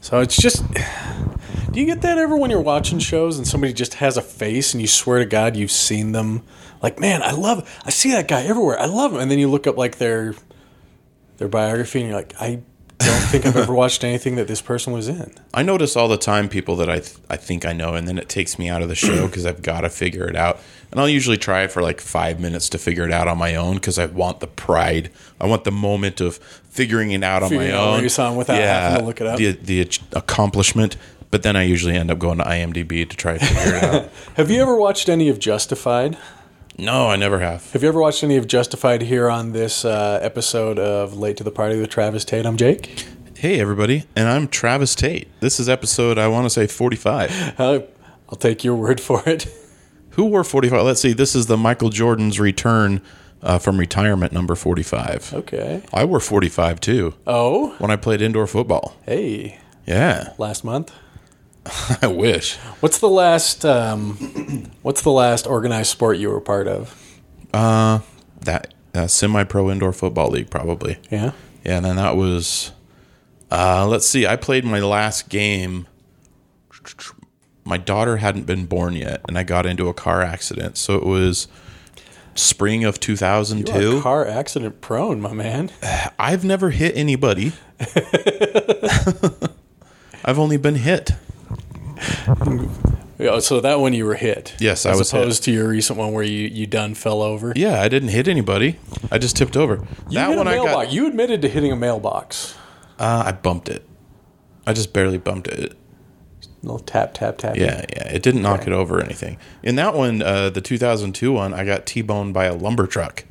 So it's just. Do you get that ever when you're watching shows and somebody just has a face and you swear to God you've seen them? Like, man, I love. I see that guy everywhere. I love him. And then you look up like their their biography and you're like, I don't think I've ever watched anything that this person was in. I notice all the time people that I th- I think I know, and then it takes me out of the show because I've got to figure it out. And I'll usually try for like five minutes to figure it out on my own because I want the pride. I want the moment of figuring it out on Figuring my out own. where you saw 'em without having to look it up. The, the ach- accomplishment. But then I usually end up going to IMDb to try to figure it out. Have you ever watched any of Justified? No, I never have. Have you ever watched any of Justified here on this uh, episode of Late to the Party with Travis Tate? I'm Jake. Hey, everybody. And I'm Travis Tate. This is episode, I want to say 45. Uh, I'll take your word for it. Who wore 45? Let's see. This is the Michael Jordan's return uh, from retirement, number 45. Okay. I wore 45 too Oh, when I played indoor football. hey, Yeah, last month. I wish. What's the last? Um, what's the last organized sport you were part of? That uh, semi pro indoor football league, probably. Yeah. Yeah, and then that was, uh, let's see, I played my last game. My daughter hadn't been born yet, and I got into a car accident. So it was spring of You 2002. are Car accident prone, my man. I've never hit anybody, I've only been hit. Yeah, So that one you were hit. Yes, I as was hit. opposed to your recent one where you you done fell over. Yeah, I didn't hit anybody. I just tipped over. You hit a mailbox. You admitted to hitting a mailbox. Uh, I bumped it. I just barely bumped it. little tap tap tap. Yeah, yeah. It didn't knock it over or anything. In that one, uh, the 2002 one, I got T-boned by a lumber truck.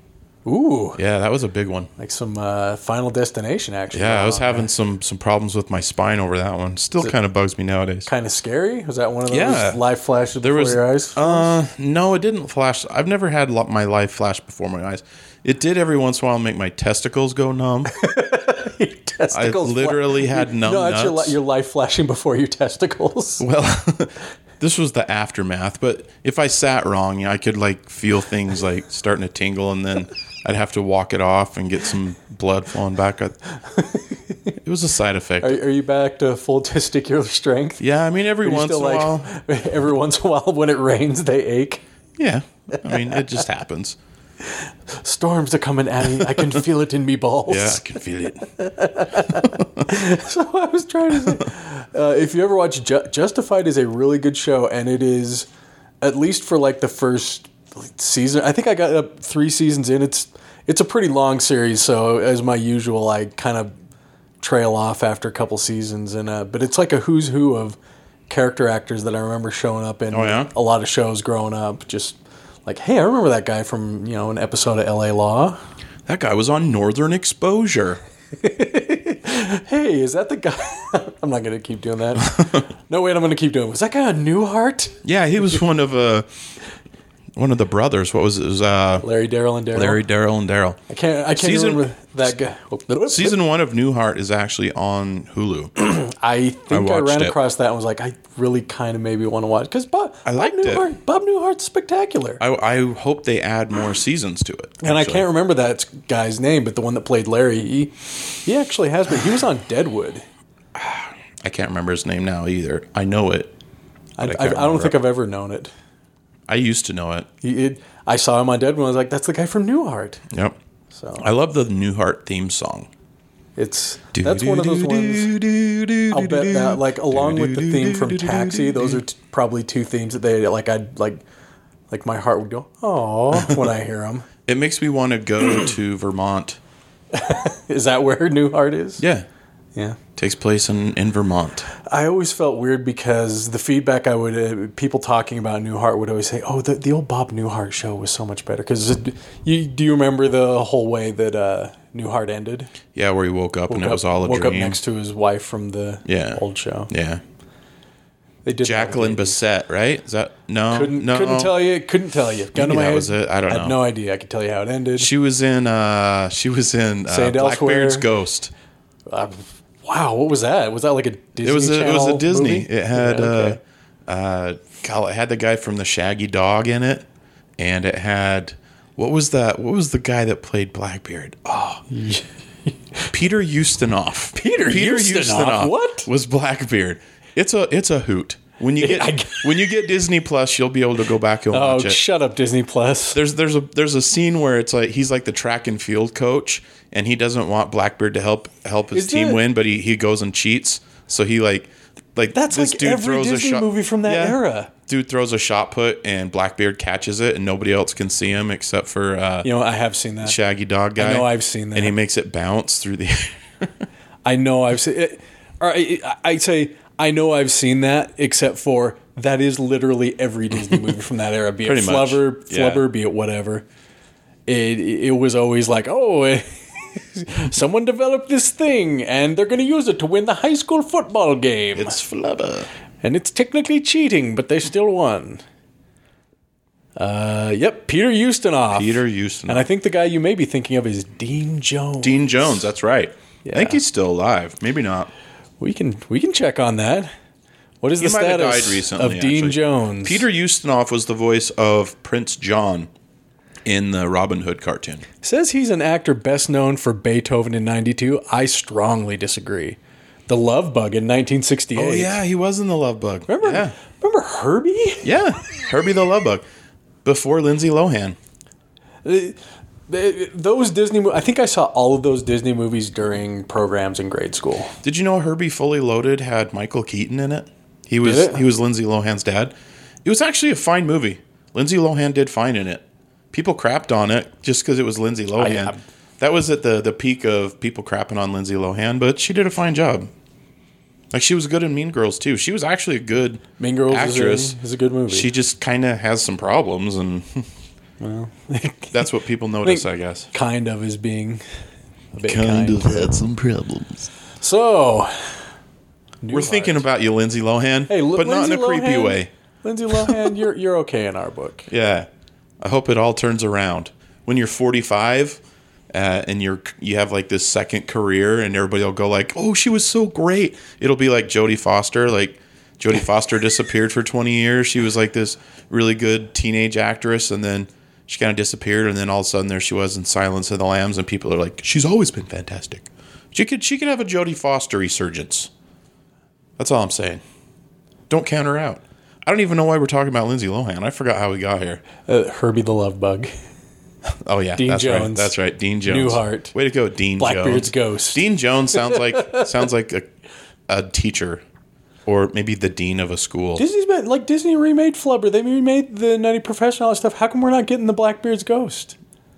Ooh, Yeah, that was a big one. like some uh, Final Destination action. Yeah, I was having some some problems with my spine over that one. Still kind of bugs me nowadays. kind of scary. Was that one of those Yeah. live flashes There before was- your eyes? Uh, no, it didn't flash. I've never had lo- my life flash before my eyes. It did every once in a while make my testicles go numb. Your testicles. literally had numb No, that's your, nuts. li- your life flashing before your testicles. Well, this was the aftermath, but if I sat wrong, you know, I could like feel things like starting to tingle, and then I'd have to walk it off and get some blood flowing back. I- It was a side effect. Are, are you back to full testicular strength? yeah, I mean, every You once in still a like while. every once in a while when it rains they ache. Yeah, I mean, it just happens. Storms are coming at me. I can feel it in me balls. Yeah, I can feel it. So I was trying to say, uh, if you ever watch Ju- Justified, is a really good show, and it is at least for like the first season. I think I got up three seasons in. It's it's a pretty long series, so as my usual, I kind of trail off after a couple seasons. And uh, but it's like a who's who of character actors that I remember showing up in Oh, yeah? a lot of shows growing up. Just like, hey, I remember that guy from you know an episode of L.A. Law. That guy was on Northern Exposure. hey, is that the guy? I'm not going to keep doing that. no, wait, I'm going to keep doing it. Was that guy a Newhart? Yeah, he was one of uh, one of the brothers. What was it? It was uh, Larry Darrell and Darrell. Larry, Daryl, and Daryl. I can't, I can't Season- remember that guy. Oh, Season one of Newhart is actually on Hulu. I think I, watched ran it. across that and was like, I really kind of maybe want to watch. Because Bob, I liked Bob it. Newhart, Bob Newhart's spectacular. I, I hope they add more seasons to it. and I actually. can't remember that guy's name, but the one that played Larry, he, he actually has been. He was on Deadwood. I can't remember his name now either. I know it. I, I, can't I, don't remember think it. I've ever known it. I used to know it. He, it. I saw him on Deadwood. and I was like, that's the guy from Newhart. Yep. So I love the Newhart theme song. it's that's one of those ones. I'll bet that, like, along with the theme from Taxi, those are t- probably two themes that they like. I'd like, like my heart would go, oh, when I hear them. It makes me want to go to Vermont. Is that where Newhart is? Yeah. yeah. Takes place in, in Vermont. I always felt weird because the feedback I would uh, people talking about Newhart would always say, "Oh, the, the old Bob Newhart show was so much better." Because you do you remember the whole way that uh, Newhart ended? Yeah, where he woke up and it was all a woke dream. up next to his wife from the Yeah. old show. yeah. They did that Jacqueline Bassett, right? Is that no? Couldn't, no. couldn't tell you. Couldn't tell you. Gun Maybe to my that head. was it. I don't had know. no idea. I could tell you how it ended. She was in uh she was in uh, Saint Elsewhere. Blackbeard's Ghost. Uh, wow, what was that? Was that like a Disney? It was a, it was a Channel Disney. movie? It had Yeah, okay. uh, uh, God, it had the guy from the Shaggy Dog in it, and it had what was that? What was the guy that played Blackbeard? Oh, Peter Ustinov. Peter Ustinov? What? was Blackbeard? It's a it's a hoot. When you I get g- when you get Disney Plus, you'll be able to go back and Oh, watch it. shut up, Disney Plus. there's there's a there's a scene where it's like he's like the track and field coach, and he doesn't want Blackbeard to help help his Is team that- win, but he, he goes and cheats. So he like like That's this like dude every throws Disney a shot movie from that Yeah. era. Dude throws a shot put and Blackbeard catches it, and nobody else can see him except for uh, You know, I have seen that. Shaggy Dog guy. know I've seen that. and he makes it bounce through the. I know I've seen it. Or I, I- I'd say I know I've seen that, except for that is literally every Disney movie from that era. Be it Pretty much, Flubber, yeah. Flubber, be it whatever. It it was always like, oh, someone developed this thing, and they're going to use it to win the high school football game, it's flubber. and it's technically cheating, but they still won. Uh, yep, Peter Ustinov. Peter Ustinov. And I think the guy you may be thinking of is Dean Jones. Dean Jones. That's right. I think Yeah. he's still alive. Maybe not. We can we can check on that. What is the might have status died recently, of Dean actually. Jones? Peter Ustinov was the voice of Prince John in the Robin Hood cartoon. says he's an actor best known for Beethoven in '92. I strongly disagree. The Love Bug in 1968. Oh yeah, he was in the Love Bug. remember Yeah, remember Herbie? yeah. Herbie the Love Bug before Lindsay Lohan. Th- Those Disney. mo- I think I saw all of those Disney movies during programs in grade school. Did you know Herbie Fully Loaded had Michael Keaton in it? He was it? he was Lindsay Lohan's dad. It was actually a fine movie. Lindsay Lohan did fine in it. People crapped on it just because it was Lindsay Lohan. I'm- that was at the the peak of people crapping on Lindsay Lohan, but she did a fine job. Like she was good in Mean Girls too. She was actually a good Mean Girls is a- actress. Is, a, good movie. She just kind of has some problems, and that's what people notice, I guess. kind of is being a bit kind. kind of had some problems. So We're thinking about you, Lindsay Lohan, hey, L- but not in a Lindsay creepy Lohan- way. Lindsay Lohan, you're you're okay in our book. Yeah, I hope it all turns around when you're 45 uh, and you're you have like this second career, and everybody will go like, "Oh, she was so great." It'll be like Jodie Foster, like. Jodie Foster disappeared for 20 years. She was like this really good teenage actress, and then she kind of disappeared. And then all of a sudden, there she was in Silence of the Lambs, and people are like, "She's always been fantastic." She could she could have a Jodie Foster resurgence. That's all I'm saying. Don't count her out. I don't even know why we're talking about Lindsay Lohan. I forgot how we got here. Uh, Herbie the Love Bug. Oh yeah, Dean that's Right. Jones. That's right, Dean Jones. Newhart. Way to go, Dean. Blackbeard's Jones. ghost. Dean Jones sounds like sounds like a, a teacher, or maybe the dean of a school. Disney's been like Disney remade Flubber. They remade the Nutty Professional all that stuff. How come we're not getting the Blackbeard's ghost?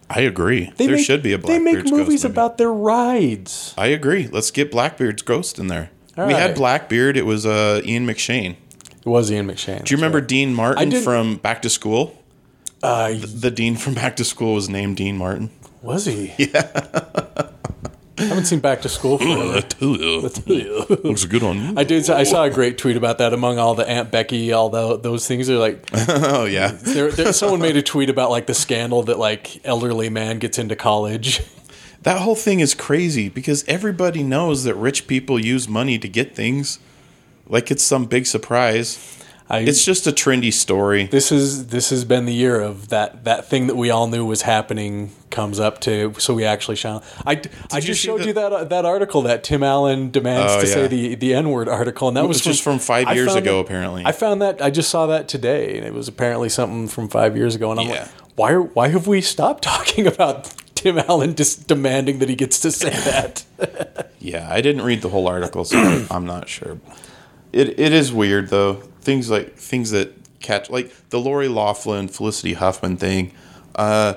I agree. They there make- should be a They Blackbeard's make movies ghost movie. about their rides. I agree. Let's get Blackbeard's ghost in there. All we had right. Blackbeard. It was uh, Ian McShane. It was Ian McShane. Do you remember Dean Martin didn't- from Back to School? Uh, The dean from Back to School was named Dean Martin. was he? Yeah. I haven't seen Back to School forever. Looks good on you. I did. I saw a great tweet about that among all the Aunt Becky, all tho- those things. They're like, Oh yeah. there there- someone made a tweet about like the scandal that like elderly man gets into college. That whole thing is crazy because everybody knows that rich people use money to get things. Like it's some big surprise. I, It's just a trendy story. this is this has been the year of that that thing that we all knew was happening comes up to so we actually shall I, I you just see showed the- you that that article that Tim Allen demands Oh, to yeah. say the the n word article and that was It's just from five I years found ago, that- apparently. I found that I just saw that today and it was apparently something from five years ago and I'm Yeah. like why are, why have we stopped talking about Tim Allen just demanding that he gets to say that Yeah, I didn't read the whole article, so I'm not sure. It it is weird though. Things like things that catch like the Lori Laughlin, Felicity Huffman thing. Uh,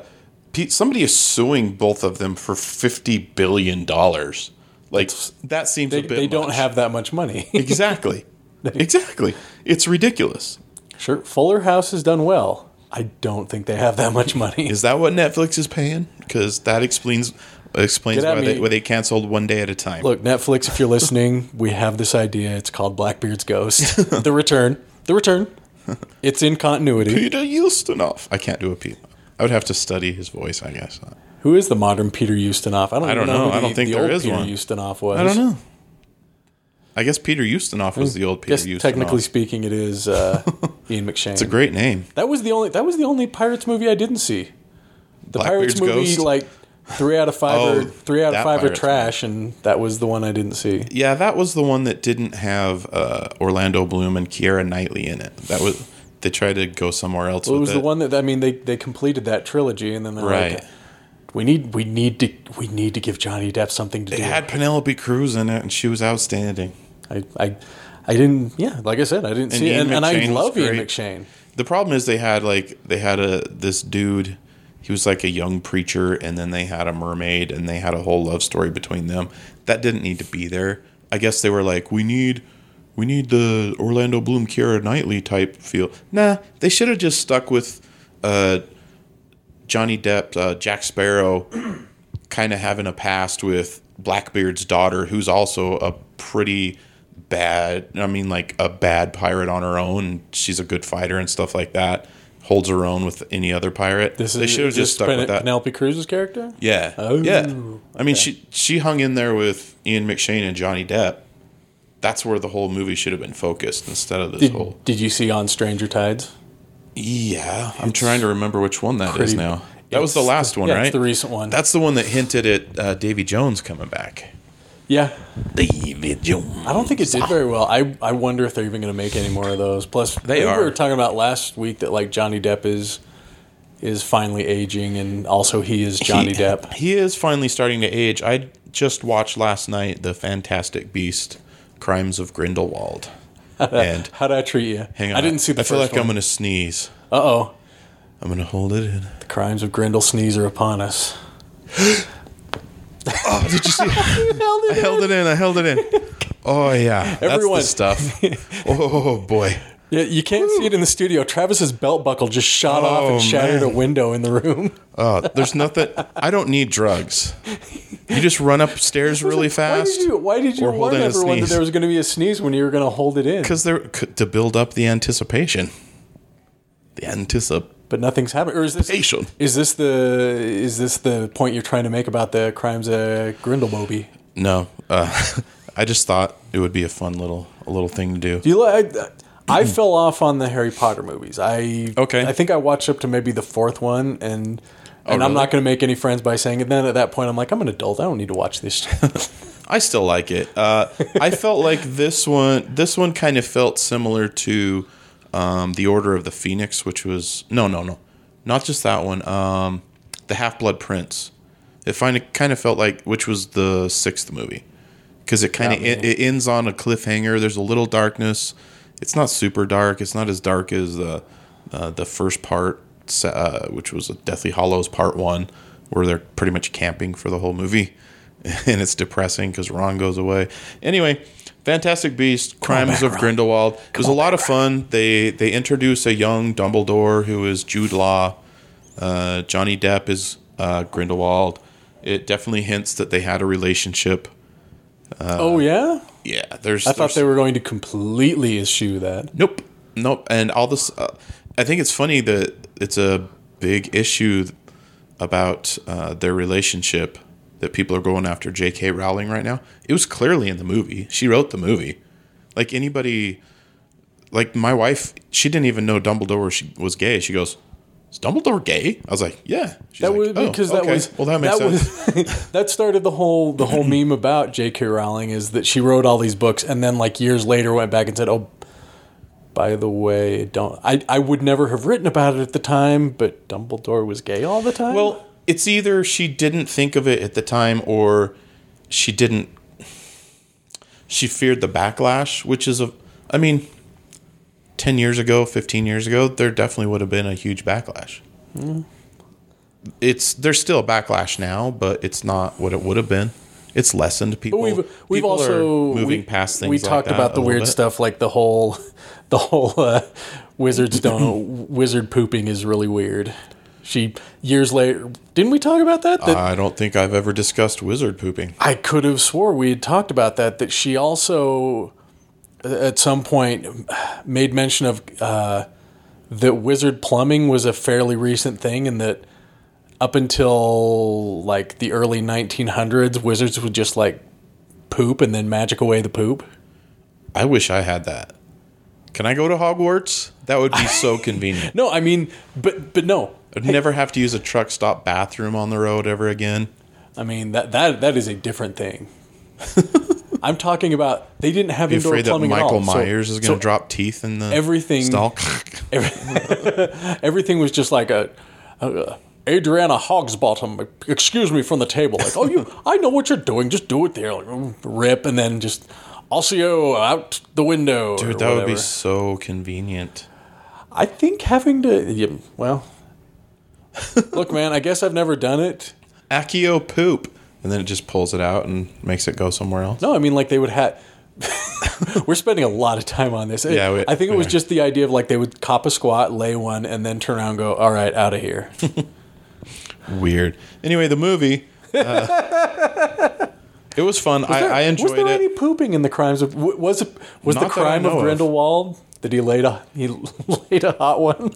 pe- somebody is suing both of them for fifty billion dollars. Like that seems they, a bit. they don't much. have that much money exactly, exactly. It's ridiculous. sure Fuller House has done well I don't think they have that much money Is that what Netflix is paying? Because that explains explains Get at why they, me. why they canceled one day at a time. Look, Netflix, if you're listening, we have this idea. It's called Blackbeard's Ghost. the Return. The Return. It's in continuity. Peter Ustinov. I can't do a Peter. I would have to study his voice, I guess. Who is the modern Peter Ustinov? I don't, don't even know. know. who I the- don't think the there old is Peter one. Ustinov was. I don't know. I guess Peter Ustinov was the old Peter Yes, Ustinov. technically it's speaking, it is uh, Ian McShane. a great name. that was the only. That was the only Pirates movie I didn't see. The Pirates Blackbeard's movie, Ghost? like Three out of five Oh, are three out of that five are Pirates one. trash, and that was the one I didn't see. Yeah, that was the one that didn't have uh, Orlando Bloom and Kiera Knightley in it. That was they tried to go somewhere else. It with was the it. one that I mean they they completed that trilogy, and then they're right? like, we need we need to we need to give Johnny Depp something to It do. had Penelope Cruz in it, and she was outstanding. I, I I didn't. Yeah, like I said, I didn't see it, Ian and, and I McShane was love Ian great. McShane. The problem is they had like they had a this dude. He was like a young preacher, and then they had a mermaid, and they had a whole love story between them. That didn't need to be there. I guess they were like, we need, we need the Orlando Bloom, Kira Knightley type feel. Nah, they should have just stuck with uh, Johnny Depp, uh, Jack Sparrow, kind of having a past with Blackbeard's daughter, who's also a pretty bad, I mean, like a bad pirate on her own. She's a good fighter and stuff like that. Holds her own with any other pirate. This they is should have is just this stuck Pen- with that. Penelope Cruz's character. Yeah. Oh, yeah. I mean, she she hung in there with Ian McShane and Johnny Depp. That's where the whole movie should have been focused instead of this whole. Did, did you see on Stranger Tides? Yeah, I'm trying to remember which one that is pretty- now. That was the it's- last one, yeah, it's right? the recent one. That's the one that hinted at uh, Davy Jones coming back. Yeah, Davy Jones. I don't think it did very well. I, I wonder if they're even going to make any more of those. Plus, I They think We are. were talking about last week that like Johnny Depp is is finally aging, and also he is Johnny he, Depp. He is finally starting to age. I just watched last night the Fantastic Beast: Crimes of Grindelwald, and How did I treat you? hang on, I didn't see the I feel first like I'm one. gonna sneeze. Uh oh, I'm gonna hold it in. the crimes of Grendel sneeze are upon us. Oh, did you see? I held it in. I held it in. Oh yeah, Everyone- that's the stuff. Oh boy, Yeah, you can't see it in the studio. Travis's belt buckle just shot off Oh, and shattered a man. window in the room. oh, there's nothing. I don't need drugs. You just run upstairs really fast. Why did you? Why did you Or hold warn in a everyone that sneeze. there was going to be a sneeze when you were going to hold it in? Because they're c- to build up the anticipation. The anticipation. But nothing's happened. Or is this? Is this the is this the point you're trying to make about the crimes of Grindelmoby? No, uh, I just thought it would be a fun little a little thing to do. Do you like? I, I fell off on the Harry Potter movies. I Okay. Oh, I think I watched up to maybe the fourth one, and and I'm really? not going to make any friends by saying it. Then at that point, I'm like, I'm an adult. I don't need to watch this. Uh, I still like it. Uh, I felt like this one this one kind of felt similar to um, the Order of the Phoenix, which was no, no, no, not just that one. Um, the Half Blood Prince. It kind of kind of felt like which was the sixth movie because it kind of Yeah, it, it ends on a cliffhanger. There's a little darkness. It's not super dark. It's not as dark as the uh, the first part, se- uh, which was Deathly Hollows Part One, where they're pretty much camping for the whole movie, and it's depressing because Ron goes away. Anyway, Fantastic Beast: Crimes of Grindelwald. It was a lot of fun. They they introduce a young Dumbledore who is Jude Law. Uh, Johnny Depp is uh, Grindelwald. It definitely hints that they had a relationship. oh yeah, Yeah, there's. I thought they were going to completely eschew that. Nope, nope. And all this, uh, I think it's funny that it's a big issue about uh, their relationship that people are going after J.K. Rowling right now. It was clearly in the movie. She wrote the movie. Like anybody, like my wife, she didn't even know Dumbledore she was gay. She goes. Is Dumbledore gay? I was like, yeah. She's That like, was "Oh, because that okay. was well. That makes sense. was- that started the whole the whole meme about J.K. Rowling is that she wrote all these books and then like years later went back and said, "Oh, by the way, don't I? I would never have written about it at the time, but Dumbledore was gay all the time." Well, it's either she didn't think of it at the time or she didn't she feared the backlash, which is a I mean 10 years ago, 15 years ago, there definitely would have been a huge backlash. Hmm. It's there's still a backlash now, but it's not what it would have been. It's lessened people. But we've we've people are also moving we, past things. We like talked that about the a little weird bit. stuff like the whole the whole uh, wizards don't wizard pooping is really weird. She years later didn't we talk about that? That I don't think I've ever discussed wizard pooping. I could have swore we had talked about that. That she also, at some point, made mention of uh, that wizard plumbing was a fairly recent thing, and that up until like the early 1900s, wizards would just like poop and then magic away the poop. I wish I had that. Can I go to Hogwarts? That would be so convenient. No, I mean, but but no, I'd never have to use a truck stop bathroom on the road ever again. I mean that that that is a different thing. I'm talking about they didn't have Be indoor afraid that plumbing at Michael all. So- Myers is going to so drop teeth in the everything- stall. every- everything was just like a, a Adriana Hogsbottom. Excuse me from the table. Like, oh, you, I know what you're doing. Just do it there. Like, mm, rip, and then just I'll see you out the window. Dude, that would be so convenient. I think having to. Yeah, well, look, man. I guess I've never done it. Accio poop, and then it just pulls it out and makes it go somewhere else. No, I mean like they would have. We're spending a lot of time on this. Yeah, we- I think it was we are. just the idea of like they would cop a squat, lay one, and then turn around and go, "All right, out of here." Weird. Anyway, the movie. uh, it was fun. I, I enjoyed Was there it. any pooping in the crimes of? w- Was it was the Not that I crime know of of. Grindelwald that he laid a he laid a hot one?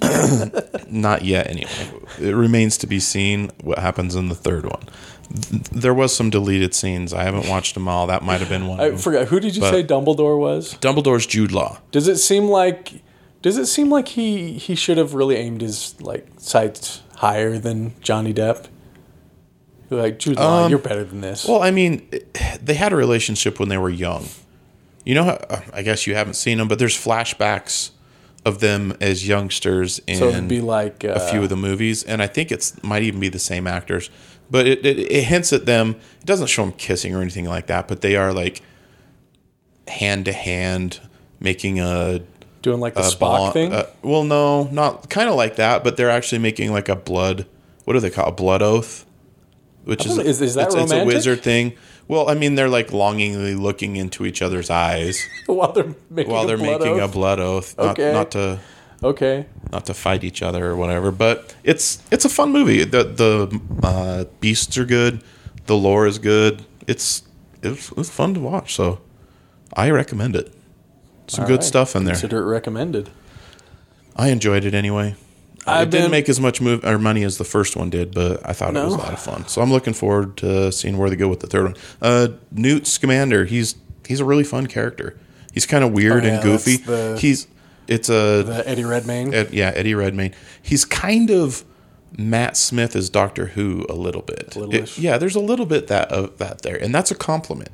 Not yet, anyway. It remains to be seen what happens in the third one. Th- There was some deleted scenes. I haven't watched them all. That might have been one. of I them. forgot who did you But- say Dumbledore was? Dumbledore's Jude Law. Does it seem like does it seem like he he should have really aimed his like sights higher than Johnny Depp? Like Jude Law, you're better than this. Um, Well, I mean, it- they had a relationship when they were young. You know, how- I guess you haven't seen them, but there's flashbacks of them as youngsters in so it'd be like uh, a few of the movies, and I think it's might even be the same actors. But it, it, it hints at them. It doesn't show them kissing or anything like that, but they are like hand to hand making a, doing like the a Spock bond- thing. uh, well, no, not kind of like that, but they're actually making like a blood. What do they call a blood oath? Which is don't know, is- is that it's, it's a romantic? wizard thing. Well, I mean, they're like longingly looking into each other's eyes while they're making while a they're blood making a oath. blood oath. Not, Okay. not to okay. not to fight each other or whatever. But it's it's a fun movie. The the uh, beasts are good. The lore is good. It's it's it's fun to watch. So I recommend it. Some good right. stuff in there. Consider it recommended. I enjoyed it anyway. I I've it didn't been- make as much move or money as the first one did, but I thought it was a No. lot of fun. So I'm looking forward to seeing where they go with the third one. Uh, Newt Scamander, he's he's a really fun character. He's kind of weird Oh, yeah, and goofy. that's the- he's it's a The Eddie Redmayne. Ed, yeah, Eddie Redmayne. He's kind of Matt Smith as Doctor Who a little bit. Little-ish. yeah, there's a little bit that of that there, and that's a compliment.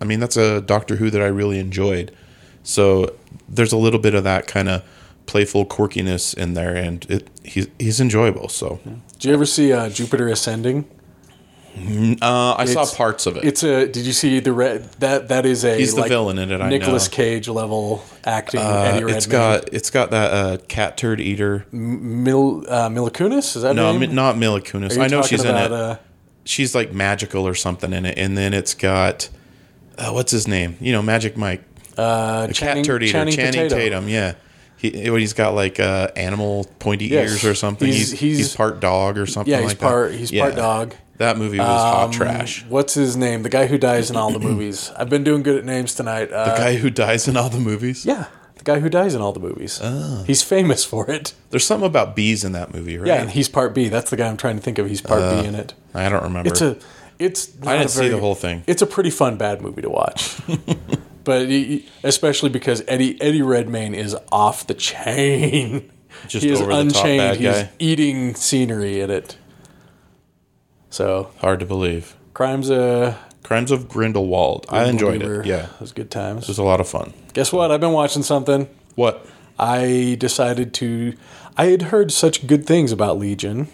I mean, that's a Doctor Who that I really enjoyed. So there's a little bit of that kind of playful quirkiness in there, and it he's he's enjoyable. So Did you ever see uh, Jupiter Ascending? uh, I saw It's- parts of it. It's a. Did you see the red? That that is a. He's the villain in it, I Nicholas know. Cage level acting. Uh, Eddie Redmayne. it's got it's got that uh, cat turd eater. Mil, uh, Mila Kunis. Is that No, her name? mi- not Mila Kunis. Are you I know talking she's in about, it. Uh, she's like magical or something in it, and then it's got uh, what's his name? You know, Magic Mike, uh, cat Channing, turd eater, Channing, Channing Potato. Tatum. Yeah, he when he's got like uh, animal pointy Yes. ears or something. He's He's- he's, he's- part dog or something. Yeah, he's like part. That. He's Yeah. part dog. That movie was hot Um, trash. What's his name? The guy who dies in all the movies. I've been doing good at names tonight. Uh, The guy who dies in all the movies. Yeah, the guy who dies in all the movies. Oh. He's famous for it. There's something about bees in that movie, right? Yeah, and he's part B. That's the guy I'm trying to think of. He's part B in it. I don't remember. It's a. It's. Not Uh. I a didn't see very- the whole thing. It's a pretty fun bad movie to watch, but y- y- especially because Eddie Eddie Redmayne is off the chain. Just over the top bad He's guy. eating scenery in it. So Hard to believe. crimes. Uh, Crimes of Grindelwald. I enjoyed Believer. it. Yeah, it was good times. it was a lot of fun. Guess what? I've been watching something. What? I decided to. I had heard such good things about Legion.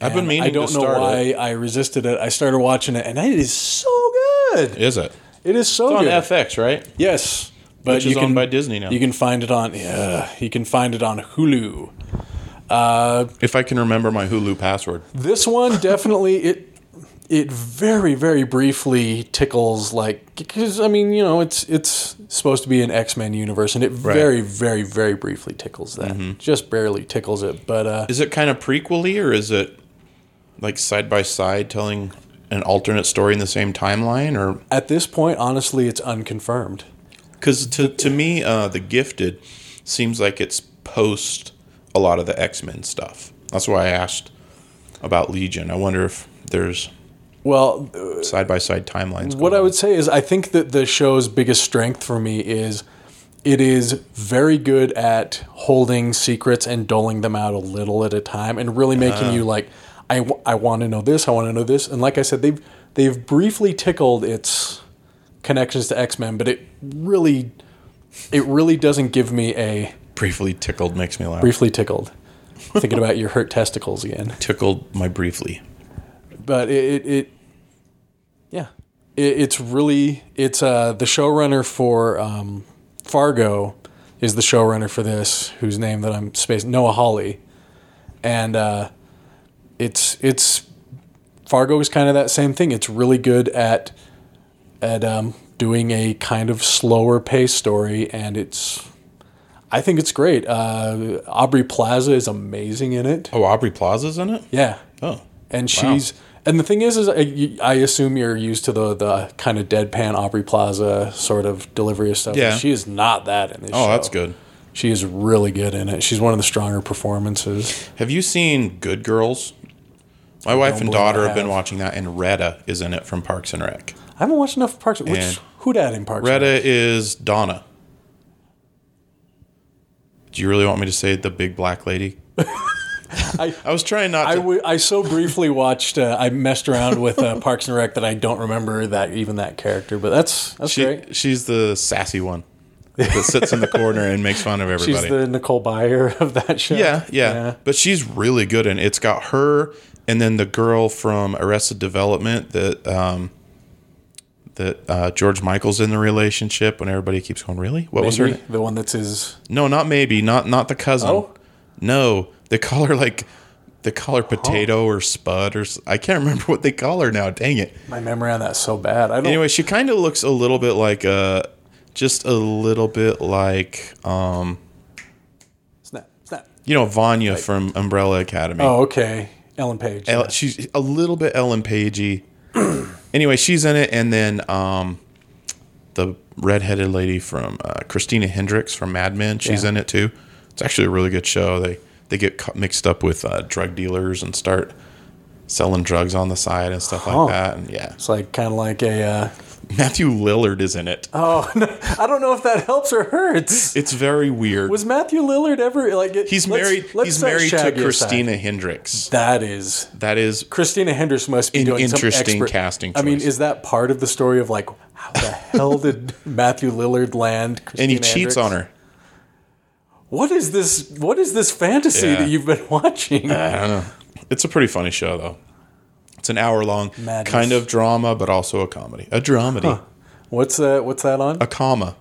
I've been and meaning I don't to know start why it. I resisted it. I started watching it, and it is so good. Is it? It is so It's Oh, on good. FX, right? yes, but Which you is can owned by Disney now. you can find it on yeah, you can find it on Hulu. Uh, If I can remember my Hulu password. this one definitely it it very very briefly tickles like because I mean you know it's it's supposed to be an X Men universe, and it very very very briefly tickles that, Mm-hmm. just barely tickles it. But uh, Is it kind of prequely or is it like side by side telling an alternate story in the same timeline or at this point, honestly, it's unconfirmed. cuz to to me uh The Gifted seems like it's post a lot of the X-Men stuff. That's why I asked about Legion. I wonder if there's Well, side by side timelines. What going I on. would say is, I think that the show's biggest strength for me is It is very good at holding secrets and doling them out a little at a time and really making you like, I, w- I want to know this, I want to know this. And like I said, they've, they've briefly tickled its connections to X Men, but it really, it really doesn't give me a Briefly tickled makes me laugh. briefly tickled. Thinking about your hurt testicles again. tickled my briefly. but it, it, it yeah, it, it's really it's uh the showrunner for um, Fargo is the showrunner for this, whose name that I'm space Noah Hawley, and uh, it's it's Fargo is kind of that same thing. It's really good at at um, doing a kind of slower pace story, and it's. I think it's great. Uh, Aubrey Plaza is amazing in it. Oh, Aubrey Plaza's in it? Yeah, Oh. and she's and the thing is is I, you- I assume you're used to the the kind of deadpan Aubrey Plaza sort of delivery of stuff. Yeah. she is not that in this. Oh, show. that's good. She is really good in it. She's one of the stronger performances. Have you seen Good Girls? My wife and believe I daughter have been have. watching that, and Retta is in it from Parks and Rec. I haven't watched enough Parks. And- Which who dat in Parks? Retta is Donna. Do you really want me to say the big black lady? I- I, was trying not I, to. w- I so briefly watched. Uh, I messed around with uh, Parks and Rec that I don't remember that even that character. But that's that's she, great. She's the sassy one that sits in the corner and makes fun of She's everybody. the Nicole Byer of that show. yeah, yeah, But she's really good, and it's got her and then the girl from Arrested Development that um, that uh, George Michael's in the relationship. When everybody keeps going, really? What was her? Maybe name? the one that's his. No, not maybe. Not not the cousin. Oh? No, they call her like they call her potato or spud or s- I can't remember what they call her now. Dang it. My memory on that's so bad. I don't. Anyway, she kind of looks a little bit like uh just a little bit like um snap, snap. you know Vanya from Umbrella Academy. Oh, okay. Ellen Page. El- she's a little bit Ellen Pagey. anyway, she's in it, and then um, the redheaded lady from uh, Christina Hendricks from Mad Men, she's Yeah. in it too. It's actually a really good show. They they get cu- mixed up with uh, drug dealers and start selling drugs on the side and stuff Huh. like that. And yeah, It's like kind of like a. Uh, Matthew Lillard is in it. oh, no, I don't know if that helps or hurts. It's very weird. Was Matthew Lillard ever like? it- he's let's- married. let's he's set married to Shaggy aside. Christina Hendricks. That is That is Christina Hendricks must be An doing interesting some expert- casting I mean, choice. is that part of the story of like how the hell did Matthew Lillard land? Christina and he cheats Hendricks? on her. What is this? What is this fantasy Yeah. Uh. that you've been watching? It's a pretty funny show though. It's an hour long, Madness. kind of drama, but also a comedy. A dramedy, what's that? What's that on? a comma.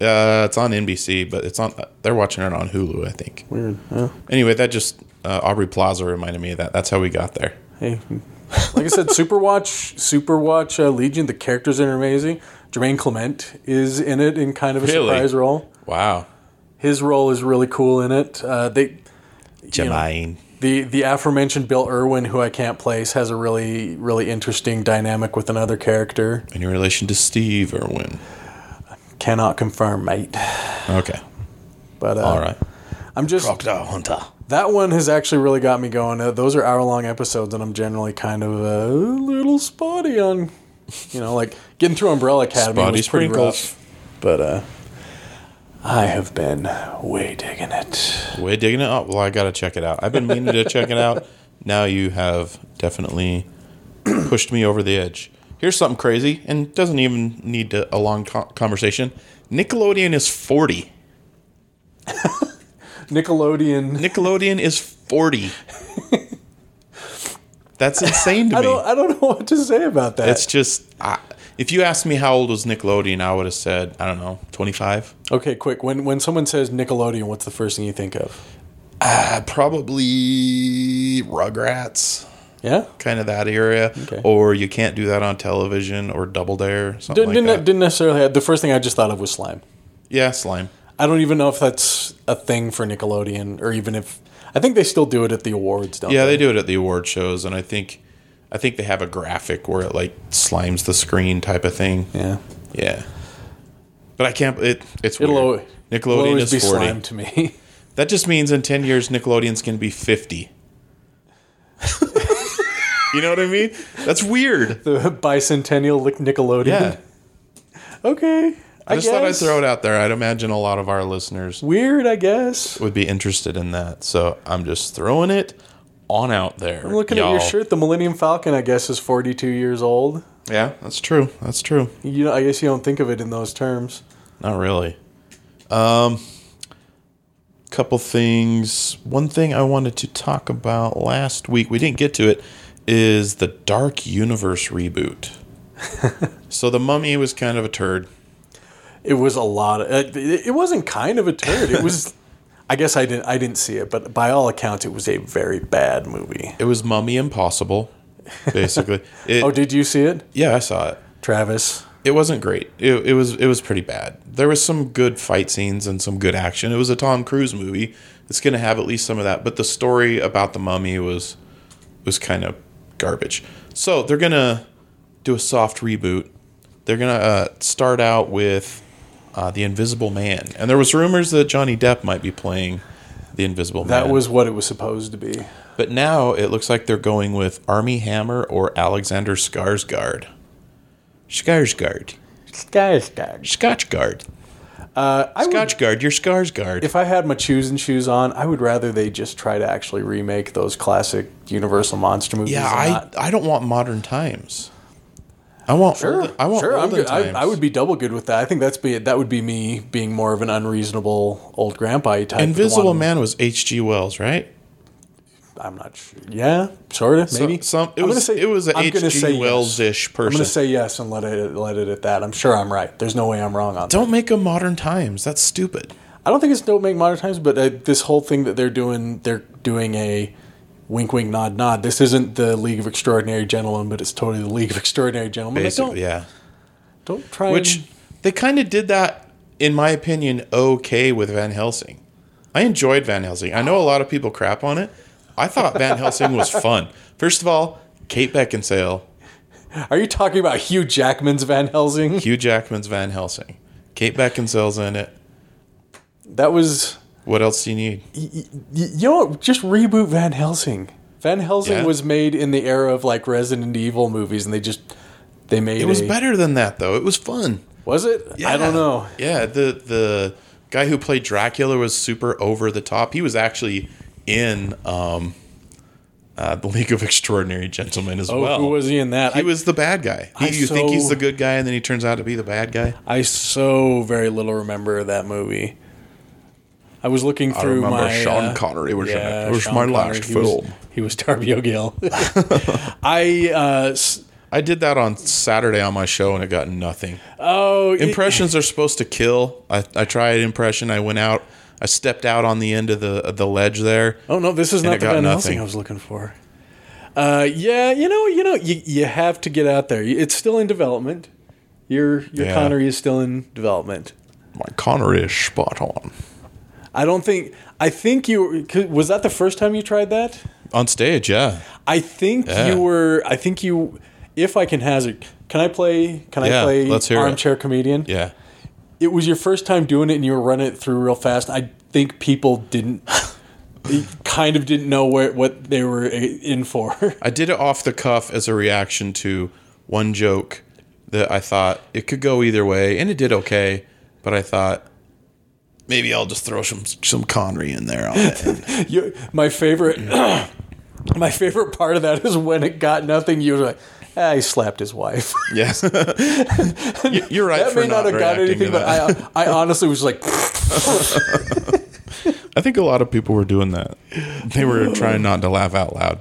Uh, it's on NBC, but it's on. They're watching it on Hulu, I think. Weird. Anyway, that just uh, Aubrey Plaza reminded me of that. That's how we got there. Hey, like I said, Superwatch, Superwatch uh, Legion. The characters are amazing. Jermaine Clement is in it in kind of a Really? surprise role. Wow, His role is really cool in it. Uh, they Jermaine. the the aforementioned Bill Irwin, who I can't place, has a really really interesting dynamic with another character. In relation to Steve Irwin. Cannot confirm, mate. Okay. But uh, All right. I'm just Crocodile Hunter. that one has actually really got me going. Uh, those are hour long episodes, and I'm generally kind of a little spotty on, you know, like getting through Umbrella Academy Spotty was pretty sprinkles. rough. But uh, I have been way digging it. Way digging it up. Well, I gotta check it out. I've been meaning to check it out. Now you have definitely pushed me over the edge. Here's something crazy, and doesn't even need to, a long co- conversation. Nickelodeon is 40. Nickelodeon. Nickelodeon is 40. That's insane to I me. don't. I don't know what to say about that. It's just, I, if you asked me how old was Nickelodeon, I would have said, I don't know, 25. okay, quick. When when someone says Nickelodeon, what's the first thing you think of? Uh, probably Rugrats. Yeah. kind of that area, Okay. or you can't do that on television or Double Dare, something Didn't like that. didn't, didn't necessarily. the first thing I just thought of was slime. yeah, slime. I don't even know if that's a thing for Nickelodeon, or even if I think they still do it at the awards. Don't Yeah, they? they do it at the award shows, and I think, I think they have a graphic where it like slimes the screen type of thing. Yeah. Yeah. But I can't. It, it's It'll, weird. al- Nickelodeon it'll always is be forty. slime to me. That just means in ten years Nickelodeon's going to be fifty. you know what I mean? That's weird. the bicentennial Lic- Nickelodeon. Yeah. Okay. I, just thought I'd guess. throw it out there. I'd imagine a lot of our listeners Weird, I guess. would be interested in that. So I'm just throwing it on out there. I'm looking at your shirt. The Millennium Falcon, I guess, is 42 years old. Yeah, that's true. That's true. You know, I guess you don't think of it in those terms. Not really. Um, couple things. One thing I wanted to talk about last week, we didn't get to it, is the Dark Universe reboot. so the Mummy was kind of a turd. It was a lot. Of, it, it wasn't kind of a turd. It was. I guess I didn't. I didn't see it, but by all accounts, it was a very bad movie. It was Mummy Impossible, basically. It, Oh, did you see it, yeah, I saw it. Travis? It wasn't great. It, it was it was pretty bad. There was some good fight scenes and some good action. It was a Tom Cruise movie. It's going to have at least some of that, but the story about the mummy was was kind of garbage. So they're going to do a soft reboot. They're going to uh, start out with uh, the Invisible Man, and there was rumors that Johnny Depp might be playing the Invisible Man. That was what it was supposed to be. But now it looks like they're going with Army Hammer or Alexander Skarsgård. Skarsgård. Skarsgård. Scotchgard. Uh, I would, Scotchgard, you're Skarsgard. if I had my choosing shoes on, I would rather they just try to actually remake those classic Universal monster movies. yeah, and I, not- I don't want modern times. I want Sure, olden, I want sure. I'm olden good. I, times. I would be double good with that. I think that's be that would be me being more of an unreasonable old grandpa type. Invisible one. Man was H.G. Wells, right? I'm not sure. Yeah, sort of. Maybe Some, it I'm gonna was say it was a I'm gonna say H.G. yes. Wells-ish I'm person. gonna say yes and let it let it at that. I'm sure I'm right. There's no way I'm wrong on that. don't make a modern times. That's stupid. I don't think it's don't make modern times, but uh, this whole thing that they're doing, they're doing a wink, wink, nod, nod. This isn't the League of Extraordinary Gentlemen, but it's totally the League of Extraordinary Gentlemen. Like, Basically, don't, yeah. don't try. Which and, they kind of did that, in my opinion, okay with Van Helsing. I enjoyed Van Helsing. I know a lot of people crap on it. I thought Van Helsing was fun. First of all, Kate Beckinsale, are you talking about Hugh Jackman's Van Helsing? Hugh Jackman's Van Helsing. Kate Beckinsale's in it. That was What else do you need? Y- you know what? Just reboot Van Helsing. Van Helsing Yeah. was made in the era of like Resident Evil movies, and they just they made It was a- better than that though. It was fun. Was it? I don't know. Yeah, the the guy who played Dracula was super over the top. He was actually in um, uh, the League of Extraordinary Gentlemen as Oh, well. who was he in that? He I, was the bad guy. He, I you think he's so- the good guy, and then he turns out to be the bad guy. I so very little remember that movie. I was looking through my uh, Connery was yeah, Sean Connery. He was- he was Darby O'Gill. I uh, s- I did that on Saturday on my show, and it got nothing. oh it- Impressions are supposed to kill. I, I tried impression. I went out. I stepped out on the end of the of the ledge there. Oh no, this is not it the got Van Helsing nothing. I was looking for. Uh, yeah, you know, you know, you, you have to get out there. It's still in development. Your your Yeah. Connery is still in development. My Connery is spot on I don't think. I think you was that the first time you tried that. on stage. Yeah, I think Yeah. you were. I think you. If I can hazard, can I play? Can I Yeah, play let's hear it. armchair comedian? yeah. It was your first time doing it, and you were running it through real fast. I think people didn't. they kind of didn't know where, what they were eh, in for. I did it off the cuff as a reaction to one joke that I thought it could go either way, and it did okay. But I thought maybe I'll just throw some some Connery in there on it. You, my favorite, my favorite part of that is when it got nothing. You were like, ah, he slapped his wife. yes, You- you're right. that for may not, have got reacting to anything, but that. I, uh, I honestly was like, I think a lot of people were doing that. They were trying not to laugh out loud.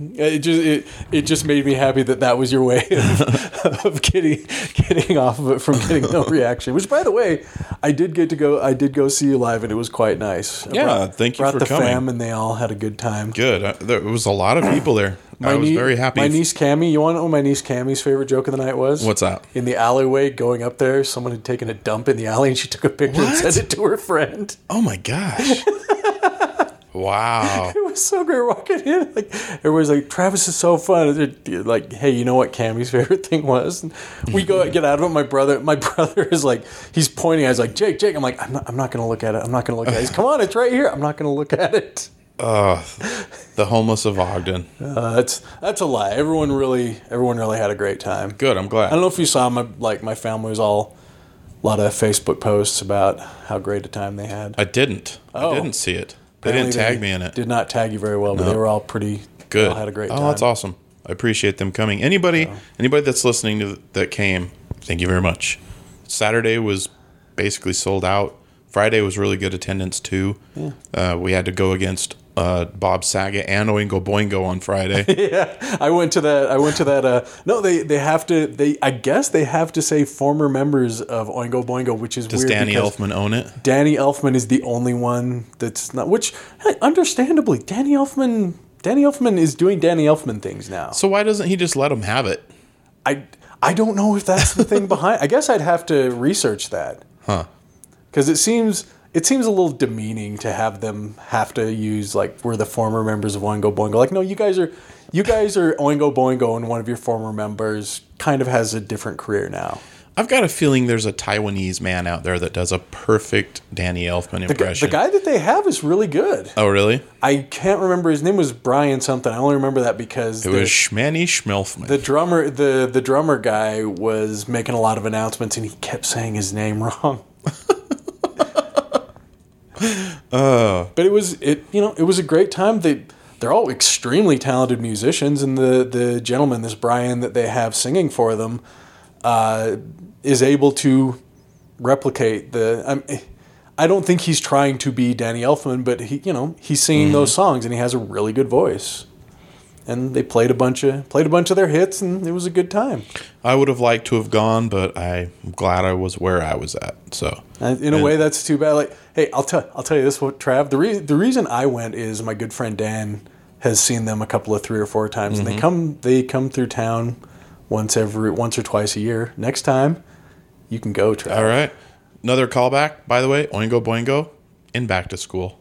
it just it, it just made me happy that that was your way of, of getting getting off of it from getting no reaction. Which, by the way, I did get to go. I did go see you live, and it was quite nice. I Yeah, brought- thank you brought for the coming. fam, and they all had a good time. Good. I, there was a lot of people there. I was nie- very happy. My niece Cammy, you want to know what my niece Cammy's favorite joke of the night was? What's that? In the alleyway going up there, someone had taken a dump in the alley and she took a picture and What? sent it to her friend. oh my gosh! wow. It was so great walking in. Like everybody's like, Travis is so fun. They're Like, hey, you know what Cammy's favorite thing was? And we go out, get out of it. My brother, my brother is like, he's pointing. I was like, Jake, Jake. I'm like, I'm not, I'm not gonna look at it. I'm not gonna look at it. He's, come on, it's right here. I'm not gonna look at it. The homeless of Ogden. Uh, that's that's a lie. Everyone really, everyone really had a great time. Good. I'm glad. I don't know if you saw my like my family was all lot of Facebook posts about how great a time they had. I didn't. Oh. I didn't see it. They didn't Apparently tag me in it. Did not tag you very well, but they were all pretty Good. All had a great oh, time. that's awesome. I appreciate them coming. Anybody, anybody that's listening to that came, thank you very much. Saturday was basically sold out. Friday was really good attendance too. Uh, we had to go against uh, Bob Saget and Oingo Boingo on Friday. Yeah, I went to that. I went to that. Uh, no, they they have to. They I guess they have to say former members of Oingo Boingo, which is Does weird. Danny because Elfman own it? Danny Elfman is the only one that's not. Which, hey, understandably, Danny Elfman. Danny Elfman is doing Danny Elfman things now. So why doesn't he just let him have it? I I don't know if that's the thing behind. I guess I'd have to research that. Huh. Because it seems it seems a little demeaning to have them have to use like we're the former members of Oingo Boingo. Like no, you guys are you guys are Oingo Boingo, and one of your former members kind of has a different career now. I've got a feeling there's a Taiwanese man out there that does a perfect Danny Elfman The, gu- impression. the guy that they have is really good. oh, really? I can't remember his name was Brian something. I only remember that because It was Schmanny Schmelfman. the drummer the the drummer guy was making a lot of announcements and he kept saying his name wrong. but it was it you know it was a great time. They they're all extremely talented musicians, and the the gentleman this Brian that they have singing for them uh, is able to replicate the. I'm, I don't think he's trying to be Danny Elfman, but he, you know, he's singing those songs and he has a really good voice and they played a bunch of played a bunch of their hits, and it was a good time. I would have liked to have gone, but I'm glad I was where I was at. So And in a way, that's too bad. Like, hey, I'll tell I'll tell you this, what Trav. The re- the reason I went is my good friend Dan has seen them a couple of three or four times, Mm-hmm. and they come they come through town once every once or twice a year. Next time, you can go, Trav. all right, another callback. By the way, Oingo Boingo in back to school.